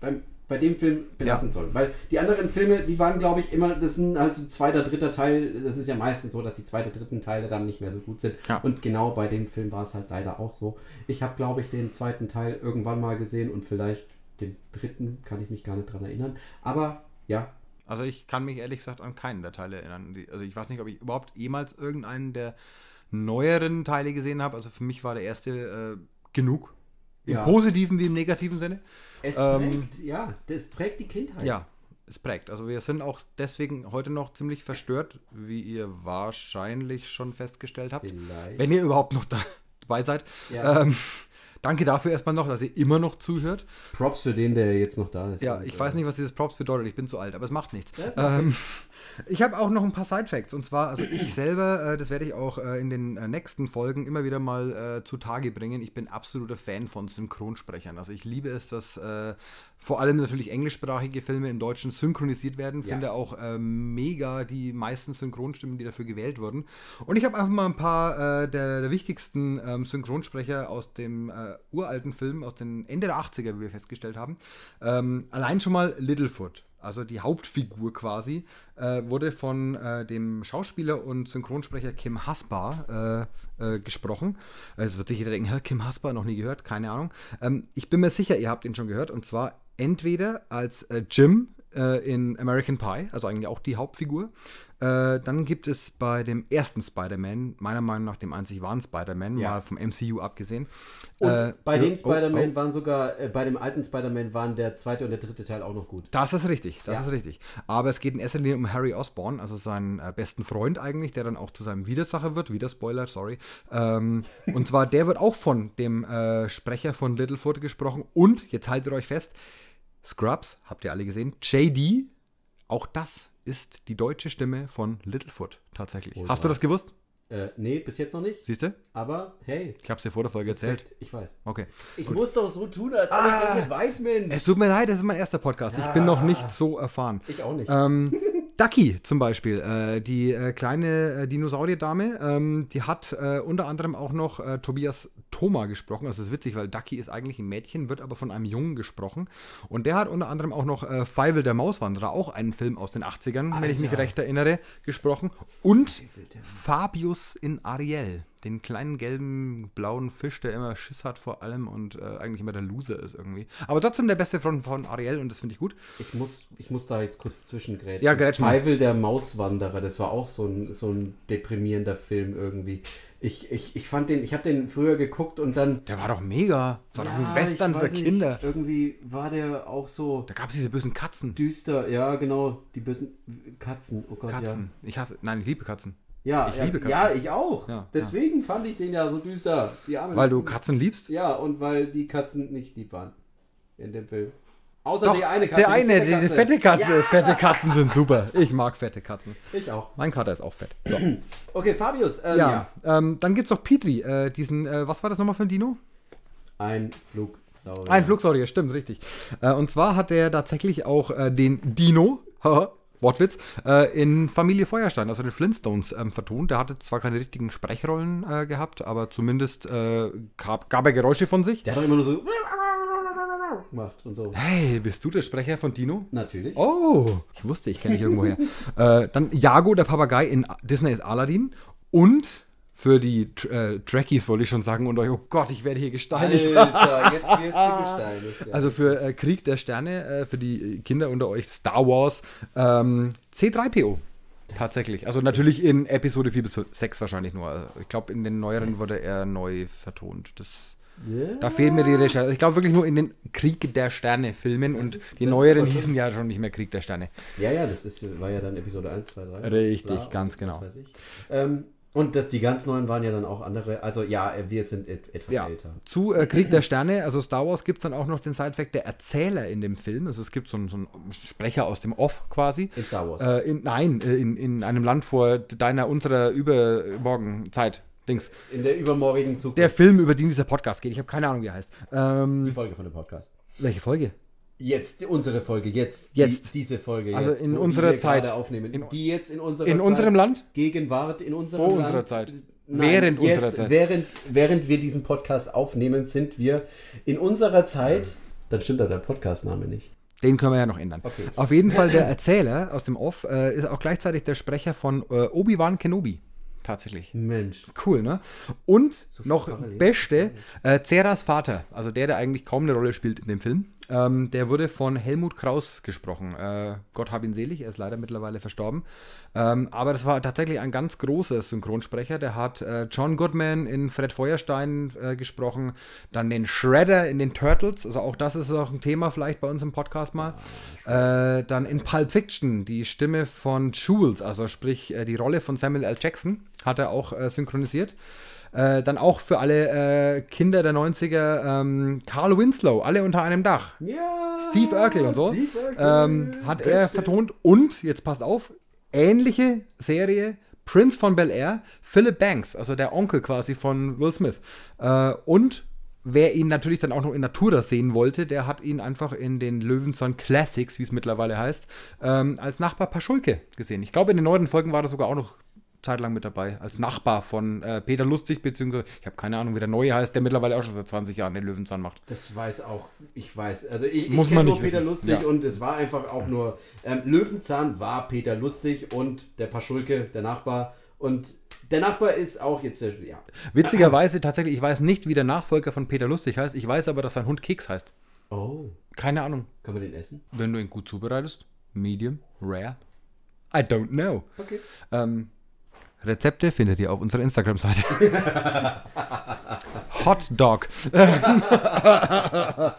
Speaker 2: beim, bei dem Film belassen sollen. Weil die anderen Filme, die waren, glaube ich, immer, das sind halt so ein zweiter, dritter Teil. Das ist ja meistens so, dass die zweite, dritten Teile dann nicht mehr so gut sind.
Speaker 1: Ja.
Speaker 2: Und genau bei dem Film war es halt leider auch so. Ich habe, glaube ich, den zweiten Teil irgendwann mal gesehen und vielleicht den dritten, kann ich mich gar nicht dran erinnern. Aber ja,
Speaker 1: Also ich kann mich ehrlich gesagt an keinen der Teile erinnern. Die- Also ich weiß nicht, ob ich überhaupt jemals irgendeinen der neueren Teile gesehen habe. Also für mich war der erste äh, genug. Im
Speaker 2: Ja.
Speaker 1: positiven wie im negativen Sinne.
Speaker 2: Es
Speaker 1: Ähm,
Speaker 2: prägt, ja, das prägt die Kindheit.
Speaker 1: Ja. es prägt. Also wir sind auch deswegen heute noch ziemlich verstört, wie ihr wahrscheinlich schon festgestellt habt.
Speaker 2: Vielleicht.
Speaker 1: Wenn ihr überhaupt noch da- dabei seid.
Speaker 2: Ja.
Speaker 1: Ähm, danke dafür erstmal noch, dass ihr immer noch zuhört.
Speaker 2: Props für den, der jetzt noch da ist.
Speaker 1: Ja, ich weiß nicht, was dieses Props bedeutet. Ich bin zu alt, aber es macht nichts. Ähm, ich habe auch noch ein paar Side-Facts. Und zwar, also ich selber, äh, das werde ich auch äh, in den äh, nächsten Folgen immer wieder mal äh, zutage bringen. Ich bin absoluter Fan von Synchronsprechern. Also ich liebe es, dass äh, vor allem natürlich englischsprachige Filme im Deutschen synchronisiert werden.
Speaker 2: Ja.
Speaker 1: Finde auch äh, mega die meisten Synchronstimmen, die dafür gewählt wurden. Und ich habe einfach mal ein paar äh, der, der wichtigsten ähm, Synchronsprecher aus dem äh, uralten Film, aus den Ende der 80er, wie wir festgestellt haben. Ähm, allein schon mal Littlefoot, also die Hauptfigur quasi, äh, wurde von äh, dem Schauspieler und Synchronsprecher Kim Hasbar äh, äh, gesprochen. Es wird sich jeder denken, "Hä, Kim Hasbar noch nie gehört, keine Ahnung. Ähm, ich bin mir sicher, ihr habt ihn schon gehört, und zwar entweder als äh, Jim äh, in American Pie, also eigentlich auch die Hauptfigur. Äh, dann gibt es bei dem ersten Spider-Man, meiner Meinung nach dem einzig wahren Spider-Man,
Speaker 2: Ja.
Speaker 1: mal vom MCU abgesehen.
Speaker 2: Und
Speaker 1: äh,
Speaker 2: bei dem
Speaker 1: oh,
Speaker 2: Spider-Man
Speaker 1: oh.
Speaker 2: waren sogar, äh, bei dem alten Spider-Man waren der zweite und der dritte Teil auch noch gut.
Speaker 1: Das ist richtig, das
Speaker 2: Ja.
Speaker 1: ist richtig. Aber es geht in erster Linie um Harry Osborn, also seinen äh, besten Freund eigentlich, der dann auch zu seinem Widersacher wird. Wieder Spoiler, sorry. Ähm, und zwar, der wird auch von dem äh, Sprecher von Littlefoot gesprochen. Und, jetzt haltet euch fest, Scrubs, habt ihr alle gesehen, JD, auch das ist die deutsche Stimme von Littlefoot tatsächlich.
Speaker 2: Ultra.
Speaker 1: Hast du das gewusst?
Speaker 2: Äh, nee, bis jetzt noch nicht.
Speaker 1: Siehst du?
Speaker 2: Aber hey,
Speaker 1: Ich hab's dir vor der Folge erzählt.
Speaker 2: ich weiß.
Speaker 1: Okay.
Speaker 2: Ich muss doch so tun, als ob
Speaker 1: Ah.
Speaker 2: ich das nicht weiß, Mensch.
Speaker 1: Es tut mir leid, das ist mein erster Podcast. Ich bin noch nicht so erfahren.
Speaker 2: ich auch nicht.
Speaker 1: Ähm, Ducky zum Beispiel, äh, die äh, kleine äh, Dinosaurierdame, ähm, die hat äh, unter anderem auch noch äh, Tobias Thoma gesprochen. Also das ist witzig, weil Ducky ist eigentlich ein Mädchen, wird aber von einem Jungen gesprochen. Und der hat unter anderem auch noch äh, Feivel der Mauswanderer, auch einen Film aus den 80ern, wenn ich mich
Speaker 2: Alter.
Speaker 1: recht erinnere, gesprochen. Und Fabius in Ariel, den kleinen gelben, blauen Fisch, der immer Schiss hat vor allem und äh, eigentlich immer der Loser ist irgendwie. Aber trotzdem der beste Freund von Ariel und das finde ich gut.
Speaker 2: Ich muss, ich muss da jetzt kurz zwischengrätschen.
Speaker 1: Ja, grätsch mal.
Speaker 2: Zweifel der Mauswanderer, das war auch so ein, so ein deprimierender Film irgendwie. Ich, ich, ich fand den, ich habe den früher geguckt und dann.
Speaker 1: Der war doch mega. Das war doch
Speaker 2: Ja,
Speaker 1: ein Western
Speaker 2: ich
Speaker 1: für
Speaker 2: weiß nicht,
Speaker 1: Kinder.
Speaker 2: Irgendwie war der auch so
Speaker 1: Da gab es diese bösen Katzen.
Speaker 2: düster. Ja, genau. Die bösen Katzen. Oh Gott,
Speaker 1: Katzen. Ich hasse, nein, ich liebe Katzen.
Speaker 2: ja. Ja,
Speaker 1: Ich
Speaker 2: ja,
Speaker 1: liebe Katzen.
Speaker 2: ja, ich auch.
Speaker 1: Ja,
Speaker 2: Deswegen fand ich den ja so düster. Die armen
Speaker 1: Weil du Katzen liebst?
Speaker 2: Ja, und weil die Katzen nicht lieb waren. In dem Film. Außer
Speaker 1: Doch,
Speaker 2: also die eine Katze.
Speaker 1: der eine,
Speaker 2: die
Speaker 1: diese fette Katze. Fette Katzen sind super. Ich mag fette Katzen.
Speaker 2: Ich auch.
Speaker 1: Mein Kater ist auch fett. So.
Speaker 2: Okay, Fabius. Ähm, ja.
Speaker 1: Ja, ähm, dann gibt's noch Petri, äh, diesen, äh, was war das nochmal für ein Dino?
Speaker 2: Ein Flugsaurier.
Speaker 1: Ein Flugsaurier, stimmt, richtig. Äh, und zwar hat er tatsächlich auch äh, den Dino, haha, Wortwitz, äh, in Familie Feuerstein, also den Flintstones, ähm, vertont. Der hatte zwar keine richtigen Sprechrollen äh, gehabt, aber zumindest äh, gab, gab er Geräusche von sich.
Speaker 2: Der hat doch immer nur so gemacht und so.
Speaker 1: Hey, bist du der Sprecher von Dino?
Speaker 2: Natürlich.
Speaker 1: Oh, ich wusste, ich kenne dich irgendwoher. äh, dann Jago, der Papagei in Disney ist Aladdin. Und für die Tr- äh, Trekkies wollte ich schon sagen und euch, oh Gott, ich werde hier gesteinigt.
Speaker 2: Alter, jetzt wirst du gesteinigt. Ja.
Speaker 1: Also für äh, Krieg der Sterne, äh, für die Kinder unter euch, Star Wars, ähm, C3PO. Tatsächlich. Also natürlich in Episode 4 bis 6 wahrscheinlich nur. Also ich glaube, in den neueren wurde er neu vertont. Das, Da fehlen mir die Recherche. Also Ich glaube wirklich nur in den Krieg der Sterne Filmen und
Speaker 2: ist-
Speaker 1: die
Speaker 2: das ist
Speaker 1: neueren
Speaker 2: aber schon-
Speaker 1: hießen ja schon nicht mehr Krieg der Sterne.
Speaker 2: ja, ja, das ist, war ja dann Episode 1, 2, 3.
Speaker 1: Richtig,
Speaker 2: Bla, und
Speaker 1: ganz
Speaker 2: was
Speaker 1: genau.
Speaker 2: Weiß ich. Ähm, und das, die ganz neuen waren ja dann auch andere. Also ja, wir sind et etwas
Speaker 1: Ja,
Speaker 2: älter.
Speaker 1: zu äh, Krieg der Sterne, also Star Wars gibt es dann auch noch den Sidefact der Erzähler in dem Film. Also es gibt so einen, so einen Sprecher aus dem Off quasi.
Speaker 2: In Star Wars.
Speaker 1: Äh, in, nein, äh, in, in einem Land vor deiner, unserer Übermorgenzeit. Dings.
Speaker 2: In der übermorgigen Zukunft.
Speaker 1: Der Film, über den dieser Podcast geht. Ich habe keine Ahnung, wie er heißt. Ähm,
Speaker 2: die Folge von dem Podcast.
Speaker 1: welche Folge?
Speaker 2: Jetzt, unsere Folge, jetzt.
Speaker 1: Jetzt.
Speaker 2: Die, diese Folge.
Speaker 1: Also
Speaker 2: jetzt,
Speaker 1: in
Speaker 2: wo die
Speaker 1: unserer
Speaker 2: wir gerade
Speaker 1: Zeit.
Speaker 2: Aufnehmen.
Speaker 1: In-
Speaker 2: die jetzt in unserer
Speaker 1: In
Speaker 2: Zeit-
Speaker 1: unserem Land?
Speaker 2: Gegenwart in unserem
Speaker 1: Vor
Speaker 2: Land.
Speaker 1: unserer Zeit.
Speaker 2: Nein,
Speaker 1: Während
Speaker 2: jetzt,
Speaker 1: unserer Zeit.
Speaker 2: Während, während wir diesen Podcast aufnehmen, sind wir in unserer Zeit. Dann stimmt da der Podcastname nicht.
Speaker 1: Den können wir ja noch ändern.
Speaker 2: Okay.
Speaker 1: Auf jeden Fall, der Erzähler aus dem Off äh, ist auch gleichzeitig der Sprecher von äh, Obi-Wan Kenobi. Tatsächlich.
Speaker 2: Mensch.
Speaker 1: Cool, ne? Und
Speaker 2: viel
Speaker 1: noch
Speaker 2: parallel.
Speaker 1: Beste, äh, Ceras Vater, also der, der eigentlich kaum eine Rolle spielt in dem Film, Ähm, der wurde von Helmut Kraus gesprochen. Äh, Gott hab ihn selig, er ist leider mittlerweile verstorben. Ähm, aber das war tatsächlich ein ganz großer Synchronsprecher. Der hat äh, John Goodman in Fred Feuerstein äh, gesprochen, dann den Shredder in den Turtles. Also auch das ist auch ein Thema vielleicht bei uns im Podcast mal. äh, dann in Pulp Fiction die Stimme von Jules, also sprich äh, die Rolle von Samuel L. Jackson, hat er auch äh, synchronisiert. Äh, dann auch für alle äh, Kinder der 90er ähm, Carl Winslow, alle unter einem Dach.
Speaker 2: Ja.
Speaker 1: Steve Urkel und so.
Speaker 2: Steve Urkel.
Speaker 1: Ähm, hat er vertont und, jetzt passt auf, ähnliche Serie, Prince von Bel Air, Philip Banks, also der Onkel quasi von Will Smith. Äh, und wer ihn natürlich dann auch noch in Natura sehen wollte, der hat ihn einfach in den Löwenzahn Classics, wie es mittlerweile heißt, ähm, als Nachbar Paschulke gesehen. Ich glaube, in den neuen Folgen war er sogar auch noch zeitlang mit dabei, als Nachbar von äh, Peter Lustig, beziehungsweise, ich habe keine Ahnung, wie der neue heißt, der mittlerweile auch schon seit 20 Jahren den Löwenzahn macht.
Speaker 2: Das weiß auch, ich weiß, also ich, ich
Speaker 1: Muss
Speaker 2: kenn
Speaker 1: man
Speaker 2: nur
Speaker 1: nicht
Speaker 2: Peter
Speaker 1: wissen.
Speaker 2: Lustig
Speaker 1: Ja.
Speaker 2: und es war einfach auch nur, ähm, Löwenzahn war Peter Lustig und der Paschulke, der Nachbar und der Nachbar ist auch jetzt, der- ja,
Speaker 1: Witzigerweise tatsächlich, ich weiß nicht, wie der Nachfolger von Peter Lustig heißt. Ich weiß aber, dass sein Hund Keks heißt.
Speaker 2: oh,
Speaker 1: Keine Ahnung.
Speaker 2: kann man den essen?
Speaker 1: Wenn du ihn gut zubereitest, medium, rare, I don't know.
Speaker 2: Okay.
Speaker 1: Ähm, Rezepte findet ihr auf unserer Instagram-Seite. Hot Dog.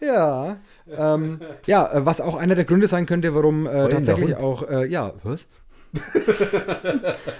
Speaker 1: ja. Ähm, ja, äh, was auch einer der Gründe sein könnte, warum äh,
Speaker 4: der
Speaker 1: tatsächlich
Speaker 4: Hund.
Speaker 1: auch, äh, ja, was?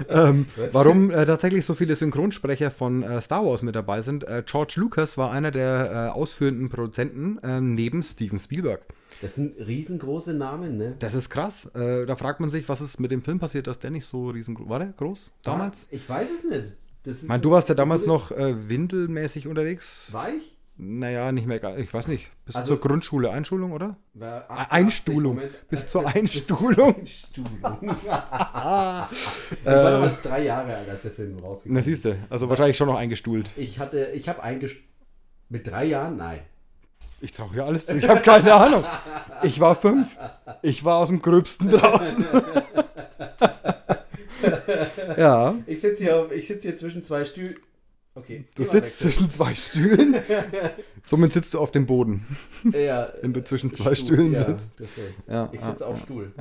Speaker 1: ähm, warum äh, tatsächlich so viele Synchronsprecher von äh, Star Wars mit dabei sind. Äh, George Lucas war einer der äh, ausführenden Produzenten ähm, neben Steven Spielberg.
Speaker 2: Das sind riesengroße Namen, ne?
Speaker 1: Das ist krass. Äh, da fragt man sich, was ist mit dem Film passiert, dass der nicht so riesengroß war. Der groß damals?
Speaker 2: Ich weiß es nicht. Das ist
Speaker 1: Ich meine, du warst ja damals noch äh, windelmäßig unterwegs.
Speaker 2: War ich?
Speaker 1: Naja, nicht mehr. ge- Ich weiß nicht. Bis
Speaker 2: Also-
Speaker 1: zur Grundschule, Einschulung, oder?
Speaker 2: War
Speaker 1: Ah,
Speaker 2: 88,
Speaker 1: Einstulung.
Speaker 2: Moment.
Speaker 1: Bis zur
Speaker 2: Bis-
Speaker 1: Einstulung.
Speaker 2: Einstulung. ich
Speaker 1: Äh.
Speaker 2: war damals drei Jahre alt, als der Film rausgekommen
Speaker 1: Na,
Speaker 2: ist.
Speaker 1: siehst du. Also wahrscheinlich schon noch eingestuhlt.
Speaker 2: Ich hatte, ich habe eingest... Mit drei Jahren? Nein.
Speaker 1: Ich traue ja alles zu. Ich habe keine Ahnung. Ich war fünf. Ich war aus dem Gröbsten draußen. ja.
Speaker 2: Ich sitze hier, auf- ich sitz hier zwischen zwei Stühlen. Okay.
Speaker 1: Du
Speaker 2: Thema
Speaker 1: sitzt
Speaker 2: wechseln.
Speaker 1: zwischen zwei Stühlen. Somit sitzt du auf dem Boden.
Speaker 2: ja,
Speaker 1: Wenn du
Speaker 2: äh,
Speaker 1: zwischen zwei Stühlen
Speaker 2: ja,
Speaker 1: sitzt.
Speaker 2: Das heißt,
Speaker 1: Ja,
Speaker 2: ich
Speaker 1: ja,
Speaker 2: sitze auf Stuhl.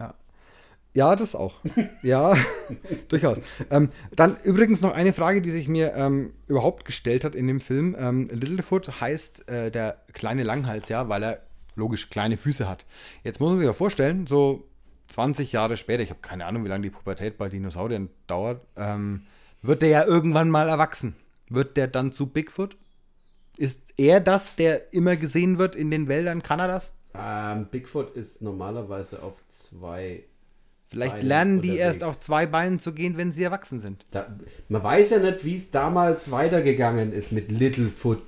Speaker 1: Ja, das auch. Ja, durchaus. Ähm, dann übrigens noch eine Frage, die sich mir ähm, überhaupt gestellt hat in dem Film. Ähm, Littlefoot heißt äh, der kleine Langhals, ja, weil er logisch kleine Füße hat. Jetzt muss man sich mal vorstellen, so 20 Jahre später, ich habe keine Ahnung, wie lange die Pubertät bei Dinosauriern dauert, ähm, wird der ja irgendwann mal erwachsen. Wird der dann zu Bigfoot? Ist er das, der immer gesehen wird in den Wäldern Kanadas?
Speaker 2: Ähm, Bigfoot ist normalerweise auf zwei.
Speaker 1: Vielleicht
Speaker 2: Beinen
Speaker 1: lernen die erst
Speaker 2: unterwegs.
Speaker 1: auf zwei Beinen zu gehen, wenn sie erwachsen sind.
Speaker 2: Da, man weiß ja nicht, wie es damals weitergegangen ist mit Littlefoot.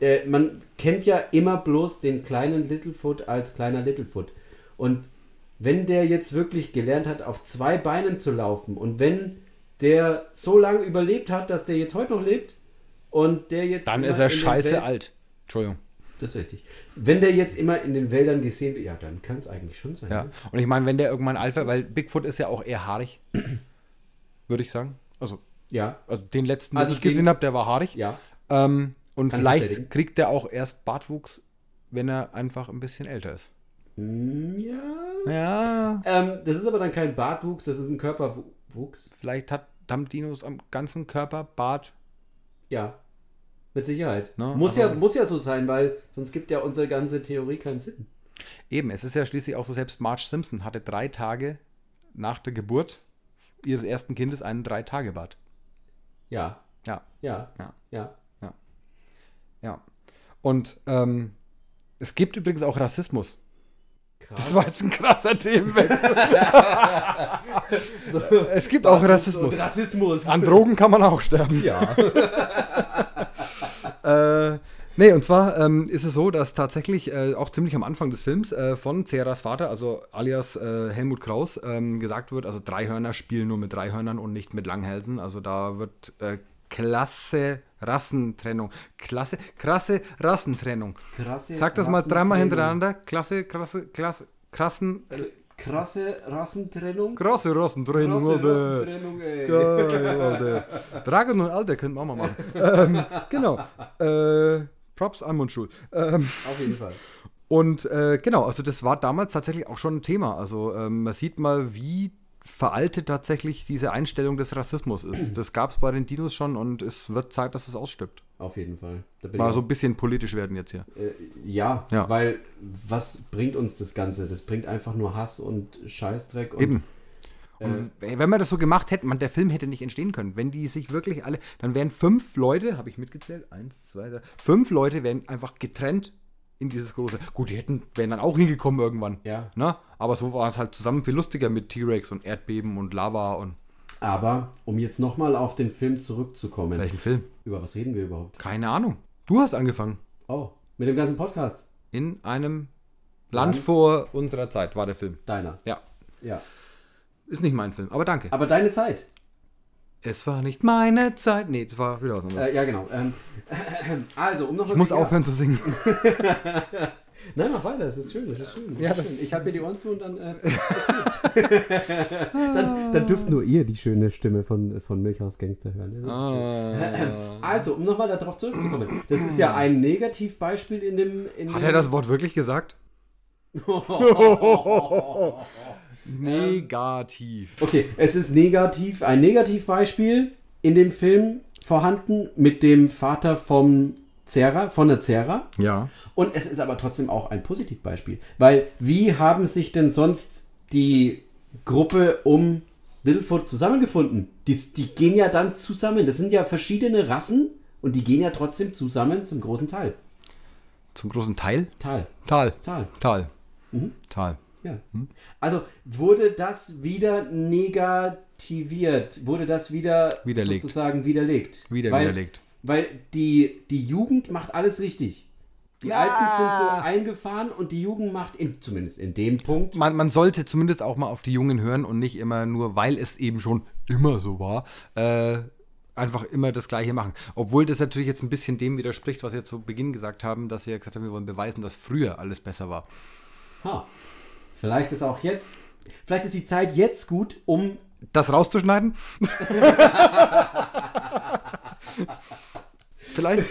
Speaker 2: Äh, man kennt ja immer bloß den kleinen Littlefoot als kleiner Littlefoot. Und wenn der jetzt wirklich gelernt hat, auf zwei Beinen zu laufen und wenn der so lange überlebt hat, dass der jetzt heute noch lebt und der jetzt.
Speaker 1: Dann
Speaker 2: immer
Speaker 1: ist er
Speaker 2: in den
Speaker 1: scheiße
Speaker 2: Wel-
Speaker 1: alt. Entschuldigung.
Speaker 2: Das ist richtig. Wenn der jetzt immer in den Wäldern gesehen wird, ja, dann kann es eigentlich schon sein.
Speaker 1: Ja.
Speaker 2: ne?
Speaker 1: Und ich meine, wenn der irgendwann alt wird, weil Bigfoot ist ja auch eher haarig, würde ich sagen. Also,
Speaker 2: Ja,
Speaker 1: also den letzten,
Speaker 2: Also
Speaker 1: den ich
Speaker 2: den-
Speaker 1: gesehen habe, der war haarig.
Speaker 2: ja.
Speaker 1: Ähm, und
Speaker 2: Kann ich bestätigen.
Speaker 1: vielleicht kriegt der auch erst Bartwuchs, wenn er einfach ein bisschen älter ist.
Speaker 2: Mm, ja.
Speaker 1: Ja.
Speaker 2: Ähm, das ist aber dann kein Bartwuchs, das ist ein Körperwuchs.
Speaker 1: Vielleicht hat, haben Dinos am ganzen Körper Bart.
Speaker 2: Ja. Mit Sicherheit.
Speaker 1: Ne,
Speaker 2: muss,
Speaker 1: aber-
Speaker 2: ja, muss ja so sein, weil sonst gibt ja unsere ganze Theorie keinen Sinn.
Speaker 1: Eben, es ist ja schließlich auch so, selbst Marge Simpson hatte drei Tage nach der Geburt ihres ersten Kindes einen Drei-Tage-Bart.
Speaker 2: Ja,
Speaker 1: Ja.
Speaker 2: ja,
Speaker 1: Ja.
Speaker 2: ja.
Speaker 1: Ja. Und ähm, es gibt übrigens auch Rassismus.
Speaker 2: Krass.
Speaker 1: Das war jetzt ein krasser Themenwechsel.
Speaker 2: so,
Speaker 1: Es gibt auch Rassismus.
Speaker 2: Und Rassismus.
Speaker 1: An Drogen kann man auch sterben.
Speaker 2: ja.
Speaker 1: Äh, nee, und zwar ähm, ist es so, dass tatsächlich äh, auch ziemlich am Anfang des Films äh, von Ceras Vater, also alias äh, Helmut Kraus, ähm, gesagt wird, also Dreihörner spielen nur mit Dreihörnern und nicht mit Langhälsen. Also da wird äh, klasse Rassentrennung. Klasse, krasse Rassentrennung.
Speaker 2: Krasse
Speaker 1: Sag das mal dreimal
Speaker 2: Rassentrennung.
Speaker 1: hintereinander. Klasse, krasse, klasse, krassen, äh,
Speaker 2: Krasse Rassentrennung.
Speaker 1: krasse äh, Rassentrennung.
Speaker 2: Krasse
Speaker 1: oder?
Speaker 2: Rassentrennung, ey.
Speaker 1: Geil, Alter. Dragon und Alter können wir auch mal machen. ähm, genau. Äh, Props an Mundschul. Ähm,
Speaker 2: Auf jeden Fall.
Speaker 1: Und äh, genau, also das war damals tatsächlich auch schon ein Thema. Also ähm, man sieht mal, wie veraltet tatsächlich diese Einstellung des Rassismus ist. Das gab es bei den Dinos schon und es wird Zeit, dass es ausstirbt.
Speaker 2: Auf jeden Fall. Da bin
Speaker 1: Mal
Speaker 2: ich
Speaker 1: so
Speaker 2: auch,
Speaker 1: ein bisschen politisch werden jetzt hier.
Speaker 2: äh, ja,
Speaker 1: Ja.
Speaker 2: weil was bringt uns das Ganze? Das bringt einfach nur Hass und Scheißdreck und
Speaker 1: Eben. Und wenn man das so gemacht hätte, man, der Film hätte nicht entstehen können. Wenn die sich wirklich alle, dann wären fünf Leute, habe ich mitgezählt, eins, zwei, drei, fünf Leute wären einfach getrennt in dieses große. Gut, die hätten, wären dann auch hingekommen irgendwann.
Speaker 2: Ja.
Speaker 1: Ne? Aber so war es halt zusammen viel lustiger mit T-Rex und Erdbeben und Lava und
Speaker 2: Aber um jetzt nochmal auf den Film zurückzukommen,
Speaker 1: welchen Film?
Speaker 2: über was reden wir überhaupt?
Speaker 1: Keine Ahnung. Du hast angefangen.
Speaker 2: Oh, mit dem ganzen Podcast.
Speaker 1: In einem Land, vor unserer Zeit war der Film.
Speaker 2: Deiner.
Speaker 1: Ja.
Speaker 2: Ja.
Speaker 1: Ist nicht mein Film, aber danke.
Speaker 2: Aber deine Zeit.
Speaker 1: es war nicht meine Zeit. Nee, es war wieder was anderes.
Speaker 2: Äh, ja, genau. Ähm, also, um nochmal.
Speaker 1: ich muss aufhören zu singen.
Speaker 2: Nein, mach weiter, es ist schön, es ist schön.
Speaker 1: Ja,
Speaker 2: es ist
Speaker 1: das-
Speaker 2: schön. Ich habe mir die Ohren zu und dann. Äh,
Speaker 4: Dann dürft nur ihr die schöne Stimme von, von Milchhaus Gangster hören. Das ist
Speaker 1: Ah. Äh,
Speaker 2: also, um nochmal darauf zurückzukommen. Das ist ja ein Negativbeispiel in dem. In
Speaker 1: Hat
Speaker 2: dem
Speaker 1: er das Wort wirklich gesagt? Negativ.
Speaker 2: Okay, es ist negativ, ein Negativbeispiel in dem Film vorhanden mit dem Vater vom Zera, von der Zera.
Speaker 1: Ja.
Speaker 2: Und es ist aber trotzdem auch ein Positivbeispiel. Weil wie haben sich denn sonst die Gruppe um Littlefoot zusammengefunden? Die, die gehen ja dann zusammen. Das sind ja verschiedene Rassen und die gehen ja trotzdem zusammen zum großen Teil.
Speaker 1: Zum großen Teil?
Speaker 2: Tal.
Speaker 1: Tal.
Speaker 2: Tal.
Speaker 1: Tal. Tal.
Speaker 2: Ja.
Speaker 1: Hm?
Speaker 2: Also wurde das wieder negativiert, wurde das wieder
Speaker 1: Widerlegt.
Speaker 2: sozusagen widerlegt.
Speaker 1: Wieder
Speaker 2: weil,
Speaker 1: widerlegt.
Speaker 2: Weil die, die Jugend macht alles richtig. Die Alten sind so eingefahren und die Jugend macht, in, zumindest in dem Punkt,
Speaker 1: Man, man sollte zumindest auch mal auf die Jungen hören und nicht immer nur, weil es eben schon immer so war, äh, einfach immer das Gleiche machen. Obwohl das natürlich jetzt ein bisschen dem widerspricht, was wir zu Beginn gesagt haben, dass wir gesagt haben, wir wollen beweisen, dass früher alles besser war.
Speaker 2: ha, vielleicht ist auch jetzt, vielleicht ist die Zeit jetzt gut, um
Speaker 1: Das rauszuschneiden? Vielleicht.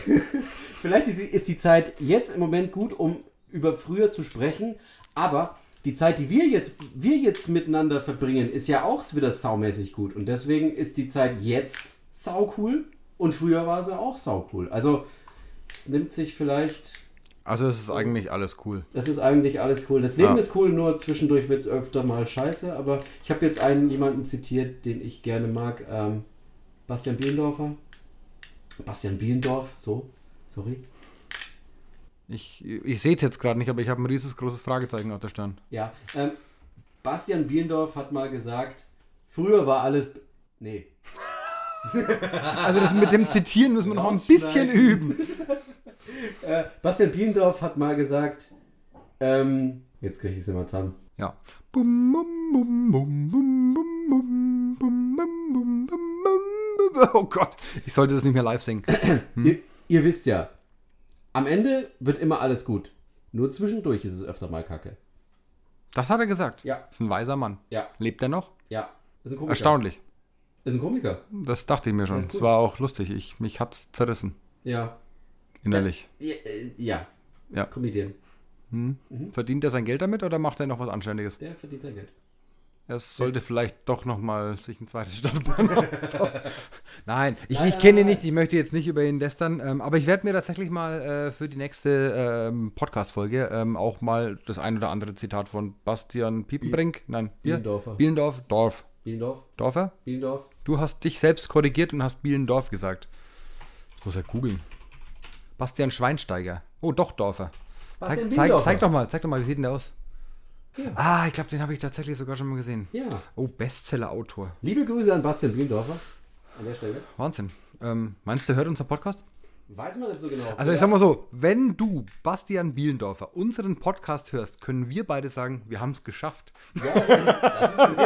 Speaker 2: Vielleicht ist die- ist die Zeit jetzt im Moment gut, um über früher zu sprechen, aber die Zeit, die wir jetzt, wir jetzt miteinander verbringen, ist ja auch wieder saumäßig gut. Und deswegen ist die Zeit jetzt saucool und früher war sie auch saucool. Also es nimmt sich vielleicht,
Speaker 1: Also es ist eigentlich alles cool.
Speaker 2: das ist eigentlich alles cool. Das Leben
Speaker 1: Ja.
Speaker 2: ist cool, nur zwischendurch wird es öfter mal scheiße. Aber ich habe jetzt einen jemanden zitiert, den ich gerne mag. Ähm, Bastian Bielendorfer. Bastian Bielendorf, so, sorry.
Speaker 1: Ich, ich sehe es jetzt gerade nicht, aber ich habe ein riesiges großes Fragezeichen auf der Stirn.
Speaker 2: Ja, ähm, Bastian Bielendorf hat mal gesagt, früher war alles. Nee.
Speaker 1: Also das mit dem Zitieren müssen wir noch mal ein bisschen
Speaker 2: Rausschneiden.
Speaker 1: üben.
Speaker 2: Bastian Bielendorf hat mal gesagt, ähm, jetzt kriege ich es immer zusammen.
Speaker 1: Ja. Bum, bum, bum, bum, bum, bum, bum, bum, bum, bum, bum, bum, bum. Oh Gott, ich sollte das nicht mehr live singen.
Speaker 2: Ihr, ihr wisst ja, am Ende wird immer alles gut. Nur zwischendurch ist es öfter mal kacke.
Speaker 1: Das hat er gesagt.
Speaker 2: Ja.
Speaker 1: Ist ein weiser Mann.
Speaker 2: Ja,
Speaker 1: Lebt er noch?
Speaker 2: ja. Ist ein Komiker.
Speaker 1: Erstaunlich.
Speaker 2: Ist ein Komiker.
Speaker 1: Das dachte ich mir schon.
Speaker 2: Das ist
Speaker 1: Es
Speaker 2: gut.
Speaker 1: war auch lustig. Ich, mich hat's zerrissen.
Speaker 2: Ja.
Speaker 1: Innerlich.
Speaker 2: Ja. äh, ja.
Speaker 1: Ja.
Speaker 2: Comedian. Mhm.
Speaker 1: Verdient er sein Geld damit oder macht er noch was Anständiges?
Speaker 2: Der verdient sein Geld.
Speaker 1: Er sollte vielleicht doch nochmal sich ein zweites Standbein aufbauen. Nein, ich,
Speaker 2: Nein,
Speaker 1: ich
Speaker 2: nein,
Speaker 1: kenne ihn
Speaker 2: nein.
Speaker 1: nicht, ich möchte jetzt nicht über ihn lästern, ähm, aber ich werde mir tatsächlich mal äh, für die nächste ähm, Podcast-Folge ähm, auch mal das ein oder andere Zitat von Bastian Piepenbrink, nein, Bier?
Speaker 2: Bielendorfer.
Speaker 1: Bielendorf, Dorf,
Speaker 2: Bielendorf.
Speaker 1: Dorfer,
Speaker 2: Bielendorf.
Speaker 1: du hast dich selbst korrigiert und hast Bielendorf gesagt. Das muss er googeln. Bastian Schweinsteiger. Oh, doch, Dorfer. Zeig,
Speaker 2: Bastian
Speaker 1: zeig,
Speaker 2: Bielendorfer.
Speaker 1: zeig doch mal, zeig doch mal, wie sieht denn der aus?
Speaker 2: Ja.
Speaker 1: Ah, ich glaube, den habe ich tatsächlich sogar schon mal gesehen.
Speaker 2: Ja.
Speaker 1: Oh, Bestseller-Autor.
Speaker 2: Liebe Grüße an Bastian Bielendorfer. An der Stelle.
Speaker 1: Wahnsinn. Ähm, meinst du, hört unseren Podcast?
Speaker 2: Weiß man nicht so genau.
Speaker 1: Also ich sag mal so, wenn du, Bastian Bielendorfer, unseren Podcast hörst, können wir beide sagen, wir haben es geschafft.
Speaker 2: das ist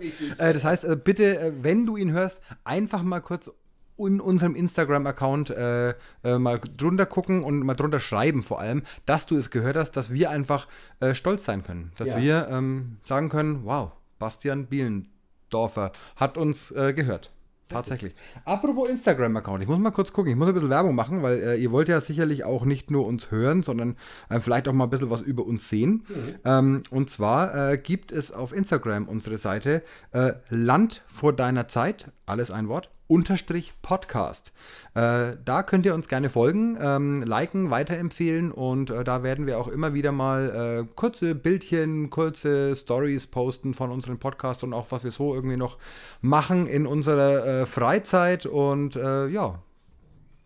Speaker 2: richtig.
Speaker 1: Äh, das heißt, äh, bitte, äh, wenn du ihn hörst, einfach mal kurz in unserem Instagram-Account äh, äh, mal drunter gucken und mal drunter schreiben vor allem, dass du es gehört hast, dass wir einfach äh, stolz sein können. Dass
Speaker 2: Ja.
Speaker 1: wir ähm, sagen können, wow, Bastian Bielendorfer hat uns äh, gehört. Tatsächlich. Apropos Instagram-Account, ich muss mal kurz gucken, ich muss ein bisschen Werbung machen, weil äh, ihr wollt ja sicherlich auch nicht nur uns hören, sondern äh, vielleicht auch mal ein bisschen was über uns sehen. Ähm, und zwar äh, gibt es auf Instagram unsere Seite äh, Land vor deiner Zeit, alles ein Wort, unterstrich Podcast. Äh, da könnt ihr uns gerne folgen, ähm, liken, weiterempfehlen und äh, da werden wir auch immer wieder mal äh, kurze Bildchen, kurze Stories posten von unserem Podcast und auch was wir so irgendwie noch machen in unserer äh, Freizeit und äh, ja,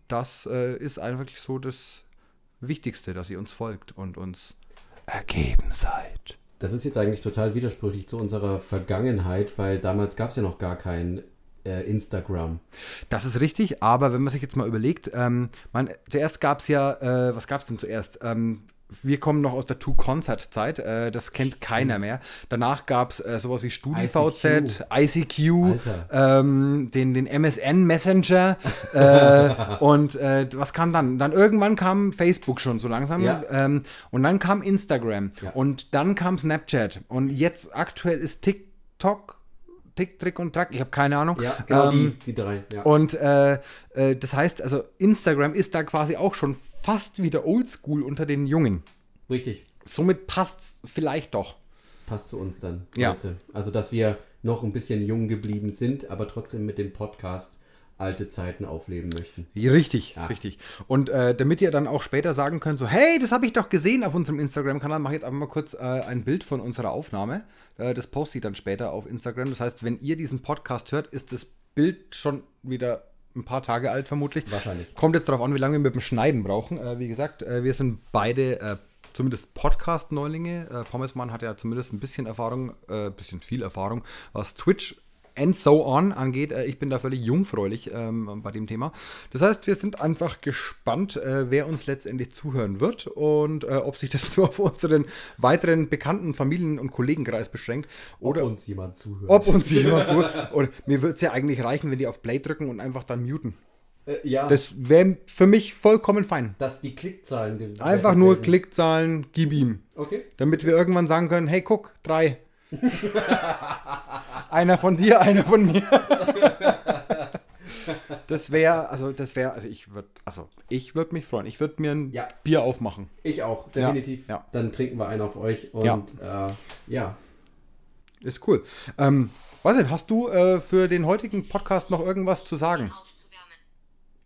Speaker 1: das äh, ist einfach so das Wichtigste, dass ihr uns folgt und uns ergeben seid.
Speaker 2: Das ist jetzt eigentlich total widersprüchlich zu unserer Vergangenheit, weil damals gab es ja noch gar kein äh, Instagram.
Speaker 1: Das ist richtig, aber wenn man sich jetzt mal überlegt, ähm, man, zuerst gab es ja, äh, was gab es denn zuerst? Ähm, wir kommen noch aus der Two-Concert-Zeit, äh, das kennt keiner mehr. Danach gab es äh, sowas wie StudiVZ, ICQ,
Speaker 2: Alter.
Speaker 1: ähm, den, den MSN Messenger äh, und äh, was kam dann? Dann irgendwann kam Facebook schon so langsam
Speaker 2: Ja.
Speaker 1: ähm, und dann kam Instagram
Speaker 2: Ja.
Speaker 1: und dann kam Snapchat und jetzt aktuell ist TikTok, Tick, Trick und Track, ich habe keine Ahnung.
Speaker 2: Ja, genau
Speaker 1: Ähm,
Speaker 2: die, die drei. Ja.
Speaker 1: und äh, äh, das heißt, also Instagram ist da quasi auch schon fast wieder oldschool unter den Jungen.
Speaker 2: Richtig.
Speaker 1: Somit passt vielleicht doch.
Speaker 2: Passt zu uns dann.
Speaker 1: Ja.
Speaker 2: meinst du? Also, dass wir noch ein bisschen jung geblieben sind, aber trotzdem mit dem Podcast alte Zeiten aufleben möchten.
Speaker 1: Richtig,
Speaker 2: Ja.
Speaker 1: richtig. Und äh, damit ihr dann auch später sagen könnt, so, hey, das habe ich doch gesehen auf unserem Instagram-Kanal, mache ich jetzt einfach mal kurz äh, ein Bild von unserer Aufnahme. Äh, das poste ich dann später auf Instagram. Das heißt, wenn ihr diesen Podcast hört, ist das Bild schon wieder ein paar Tage alt vermutlich.
Speaker 2: Wahrscheinlich.
Speaker 1: Kommt jetzt darauf an, wie lange wir mit dem Schneiden brauchen. Äh, wie gesagt, äh, wir sind beide äh, zumindest Podcast-Neulinge. Äh, Pommesmann hat ja zumindest ein bisschen Erfahrung, äh, ein bisschen viel Erfahrung, was Twitch and so on angeht. Äh, ich bin da völlig jungfräulich ähm, bei dem Thema. Das heißt, wir sind einfach gespannt, äh, wer uns letztendlich zuhören wird und äh, ob sich das nur auf unseren weiteren bekannten Familien- und Kollegenkreis beschränkt oder
Speaker 2: Ob uns jemand zuhört.
Speaker 1: ob uns jemand zuhört. Oder mir würde es ja eigentlich reichen, wenn die auf Play drücken und einfach dann muten.
Speaker 2: äh, ja,
Speaker 1: Das wäre für mich vollkommen fein.
Speaker 2: dass die Klickzahlen. gewertet
Speaker 1: Einfach nur
Speaker 2: werden.
Speaker 1: Klickzahlen, gib ihm.
Speaker 2: Okay.
Speaker 1: Damit wir irgendwann sagen können, hey, guck, drei. einer von dir, einer von mir. das wäre, also das wäre, also ich würde, also ich würde mich freuen. Ich würde mir ein
Speaker 2: Ja.
Speaker 1: Bier aufmachen.
Speaker 2: Ich auch, definitiv.
Speaker 1: ja.
Speaker 2: Dann trinken wir einen auf euch und ja. Äh, ja.
Speaker 1: Ist cool. Ähm, weiß nicht, hast du äh, für den heutigen Podcast noch irgendwas zu sagen?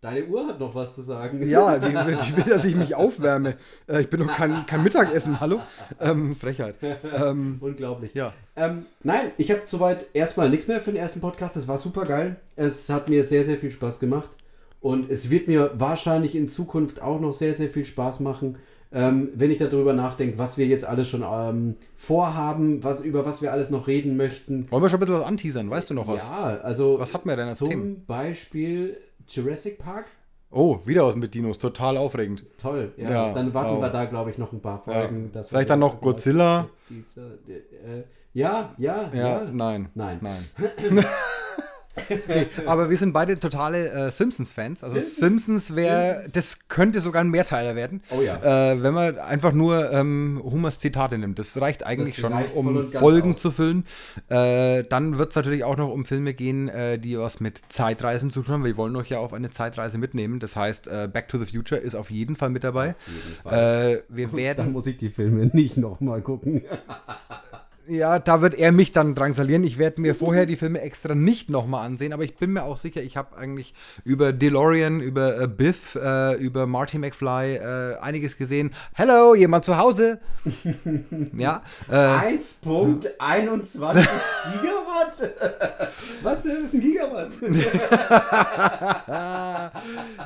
Speaker 2: Deine Uhr hat noch was zu sagen.
Speaker 1: Ja, die, will- die will, dass ich mich aufwärme. Äh, ich bin noch kein, kein Mittagessen, hallo? Ähm, Frechheit. Ähm,
Speaker 2: Unglaublich.
Speaker 1: ja.
Speaker 2: Ähm, nein, ich habe soweit erstmal nichts mehr für den ersten Podcast. Es war super geil. Es hat mir sehr, sehr viel Spaß gemacht. Und es wird mir wahrscheinlich in Zukunft auch noch sehr, sehr viel Spaß machen, ähm, wenn ich darüber nachdenke, was wir jetzt alles schon ähm, vorhaben, was, über was wir alles noch reden möchten.
Speaker 1: Wollen wir schon ein bisschen was anteasern? Weißt du noch was?
Speaker 2: Ja, also
Speaker 1: Was hatten wir denn als
Speaker 2: zum
Speaker 1: Themen?
Speaker 2: Beispiel Jurassic Park.
Speaker 1: Oh, wieder aus mit Dinos. Total aufregend.
Speaker 2: Toll, ja.
Speaker 1: Ja,
Speaker 2: dann warten
Speaker 1: wow.
Speaker 2: wir da, glaube ich, noch ein paar Folgen.
Speaker 1: Ja.
Speaker 2: dass wir
Speaker 1: Vielleicht dann noch Godzilla.
Speaker 2: Die, die, äh, ja, ja,
Speaker 1: Ja,
Speaker 2: ja.
Speaker 1: nein.
Speaker 2: Nein.
Speaker 1: Nein. nee, aber wir sind beide totale äh, Simpsons-Fans. Also Simpsons, wäre, das könnte sogar ein Mehrteiler werden.
Speaker 2: Oh ja.
Speaker 1: Äh, wenn man einfach nur ähm, Homers Zitate nimmt. Das reicht eigentlich
Speaker 2: Das
Speaker 1: schon,
Speaker 2: reicht voll
Speaker 1: um
Speaker 2: und ganz
Speaker 1: Folgen
Speaker 2: aus.
Speaker 1: zu füllen. Äh, dann wird es natürlich auch noch um Filme gehen, äh, die was mit Zeitreisen zu tun haben. Wir wollen euch ja auf eine Zeitreise mitnehmen. Das heißt, äh, Back to the Future ist auf jeden Fall mit dabei. Äh, wir werden
Speaker 4: Dann muss ich die Filme nicht nochmal gucken.
Speaker 1: Äh. Ja, da wird er mich dann drangsalieren. Ich werde mir vorher die Filme extra nicht nochmal ansehen, aber ich bin mir auch sicher, ich habe eigentlich über DeLorean, über äh, Biff, äh, über Marty McFly äh, einiges gesehen. Hello, jemand zu Hause? ja, äh,
Speaker 2: 1.21 Gigawatt? Was für ist ein Gigawatt?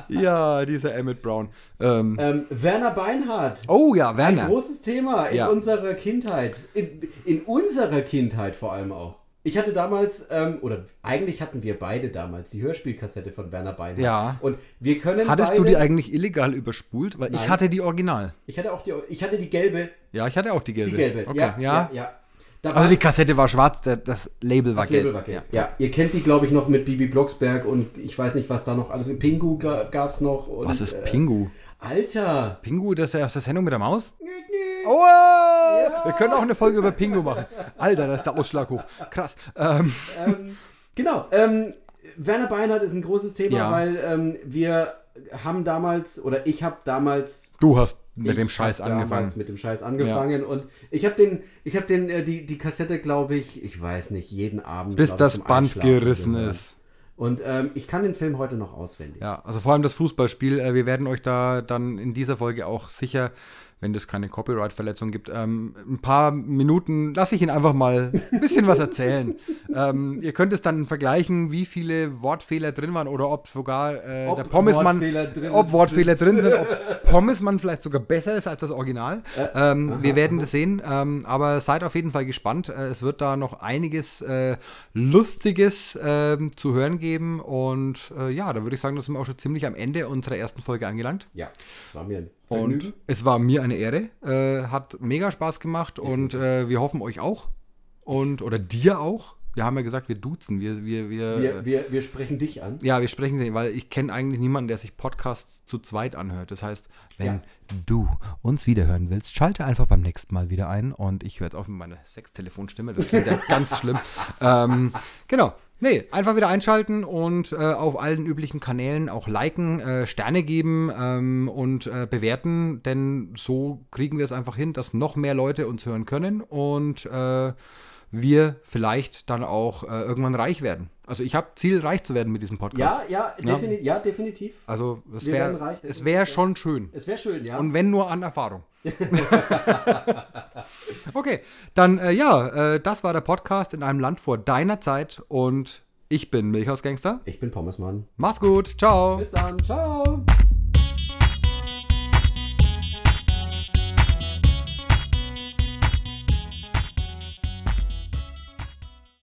Speaker 1: ja, dieser Emmett Brown. Ähm,
Speaker 2: ähm, Werner Beinhardt.
Speaker 1: oh ja, Werner.
Speaker 2: Großes Thema in
Speaker 1: Ja.
Speaker 2: unserer Kindheit. In, in unserer Kindheit vor allem auch. Ich hatte damals, ähm, oder eigentlich hatten wir beide damals die Hörspielkassette von Werner Beinhardt.
Speaker 1: Ja.
Speaker 2: Und wir können
Speaker 1: Hattest
Speaker 2: beide,
Speaker 1: du die eigentlich illegal überspult? Weil ich
Speaker 2: Nein.
Speaker 1: hatte die Original.
Speaker 2: Ich hatte auch die, ich hatte die gelbe.
Speaker 1: Ja, ich hatte auch die gelbe.
Speaker 2: Die gelbe.
Speaker 1: Okay,
Speaker 2: ja,
Speaker 1: ja.
Speaker 2: ja. ja. Da war-
Speaker 1: Also die Kassette war schwarz, der, das Label war
Speaker 2: Das
Speaker 1: gelb.
Speaker 2: Label war gelb. Ja. ihr kennt die, glaube ich, noch mit Bibi Blocksberg und ich weiß nicht, was da noch alles. Pingu gab es noch. Und,
Speaker 1: Was ist
Speaker 2: äh,
Speaker 1: Pingu?
Speaker 2: Alter!
Speaker 1: Pingu, das ist aus der Sendung mit der Maus? Aua! Wir können auch eine Folge über Pingu machen. Alter, da ist der Ausschlag hoch. Krass. Ähm,
Speaker 2: ähm, genau. Ähm, Werner Beinhardt ist ein großes Thema,
Speaker 1: Ja.
Speaker 2: weil ähm, wir haben damals, oder ich habe damals
Speaker 1: Du hast mit
Speaker 2: ich
Speaker 1: dem Scheiß
Speaker 2: hab damals
Speaker 1: angefangen.
Speaker 2: Mit dem Scheiß angefangen und ich habe den, ich habe den äh, die die Kassette, glaube ich, ich weiß nicht, jeden Abend
Speaker 1: Bis
Speaker 2: glaub ich,
Speaker 1: das
Speaker 2: zum
Speaker 1: Band
Speaker 2: Einschlafen
Speaker 1: gerissen
Speaker 2: gehört.
Speaker 1: ist.
Speaker 2: Und ähm, ich kann den Film heute noch auswendig.
Speaker 1: Ja, also vor allem das Fußballspiel. Äh, wir werden euch da dann in dieser Folge auch sicher, wenn es keine Copyright-Verletzung gibt, ähm, ein paar Minuten, lasse ich ihn einfach mal ein bisschen was erzählen. ähm, ihr könnt es dann vergleichen, wie viele Wortfehler drin waren oder ob sogar äh,
Speaker 2: Ob
Speaker 1: der Pommesmann,
Speaker 2: Wortfehler drin
Speaker 1: ob Wortfehler drin sind, ob Pommesmann vielleicht sogar besser ist als das Original. ähm, wir werden das sehen, ähm, aber seid auf jeden Fall gespannt. Äh, es wird da noch einiges äh, Lustiges ähm, zu hören geben und äh, ja, da würde ich sagen, da sind wir auch schon ziemlich am Ende unserer ersten Folge angelangt.
Speaker 2: Ja, das war mir ein Vergnügen.
Speaker 1: Und es war mir eine Ehre, äh, hat mega Spaß gemacht und äh, wir hoffen euch auch und oder dir auch. Wir haben ja gesagt, wir duzen, wir, wir, wir,
Speaker 2: wir, wir, wir sprechen dich an.
Speaker 1: ja, wir sprechen sie, weil ich kenne eigentlich niemanden, der sich Podcasts zu zweit anhört. Das heißt, wenn
Speaker 2: Ja.
Speaker 1: du uns wiederhören willst, schalte einfach beim nächsten Mal wieder ein und ich werde auf meine Sextelefonstimme. Das klingt ja ganz schlimm. Ähm, genau. Nee, einfach wieder einschalten und äh, auf allen üblichen Kanälen auch liken, äh, Sterne geben ähm, und äh, bewerten, denn so kriegen wir es einfach hin, dass noch mehr Leute uns hören können und äh, wir vielleicht dann auch äh, irgendwann reich werden. Also ich habe Ziel, reich zu werden mit diesem Podcast.
Speaker 2: Ja, ja, defini ja, definitiv.
Speaker 1: Also es
Speaker 2: Wir werden
Speaker 1: wäre
Speaker 2: reich, das
Speaker 1: es
Speaker 2: ist
Speaker 1: wär
Speaker 2: richtig.
Speaker 1: schon schön.
Speaker 2: Es wäre schön, ja.
Speaker 1: Und wenn nur an Erfahrung. okay, dann äh, ja, äh, das war der Podcast in einem Land vor deiner Zeit und ich bin Milchhaus Gangster.
Speaker 2: ich bin Pommesmann.
Speaker 1: Macht's gut, ciao.
Speaker 2: Bis dann, ciao.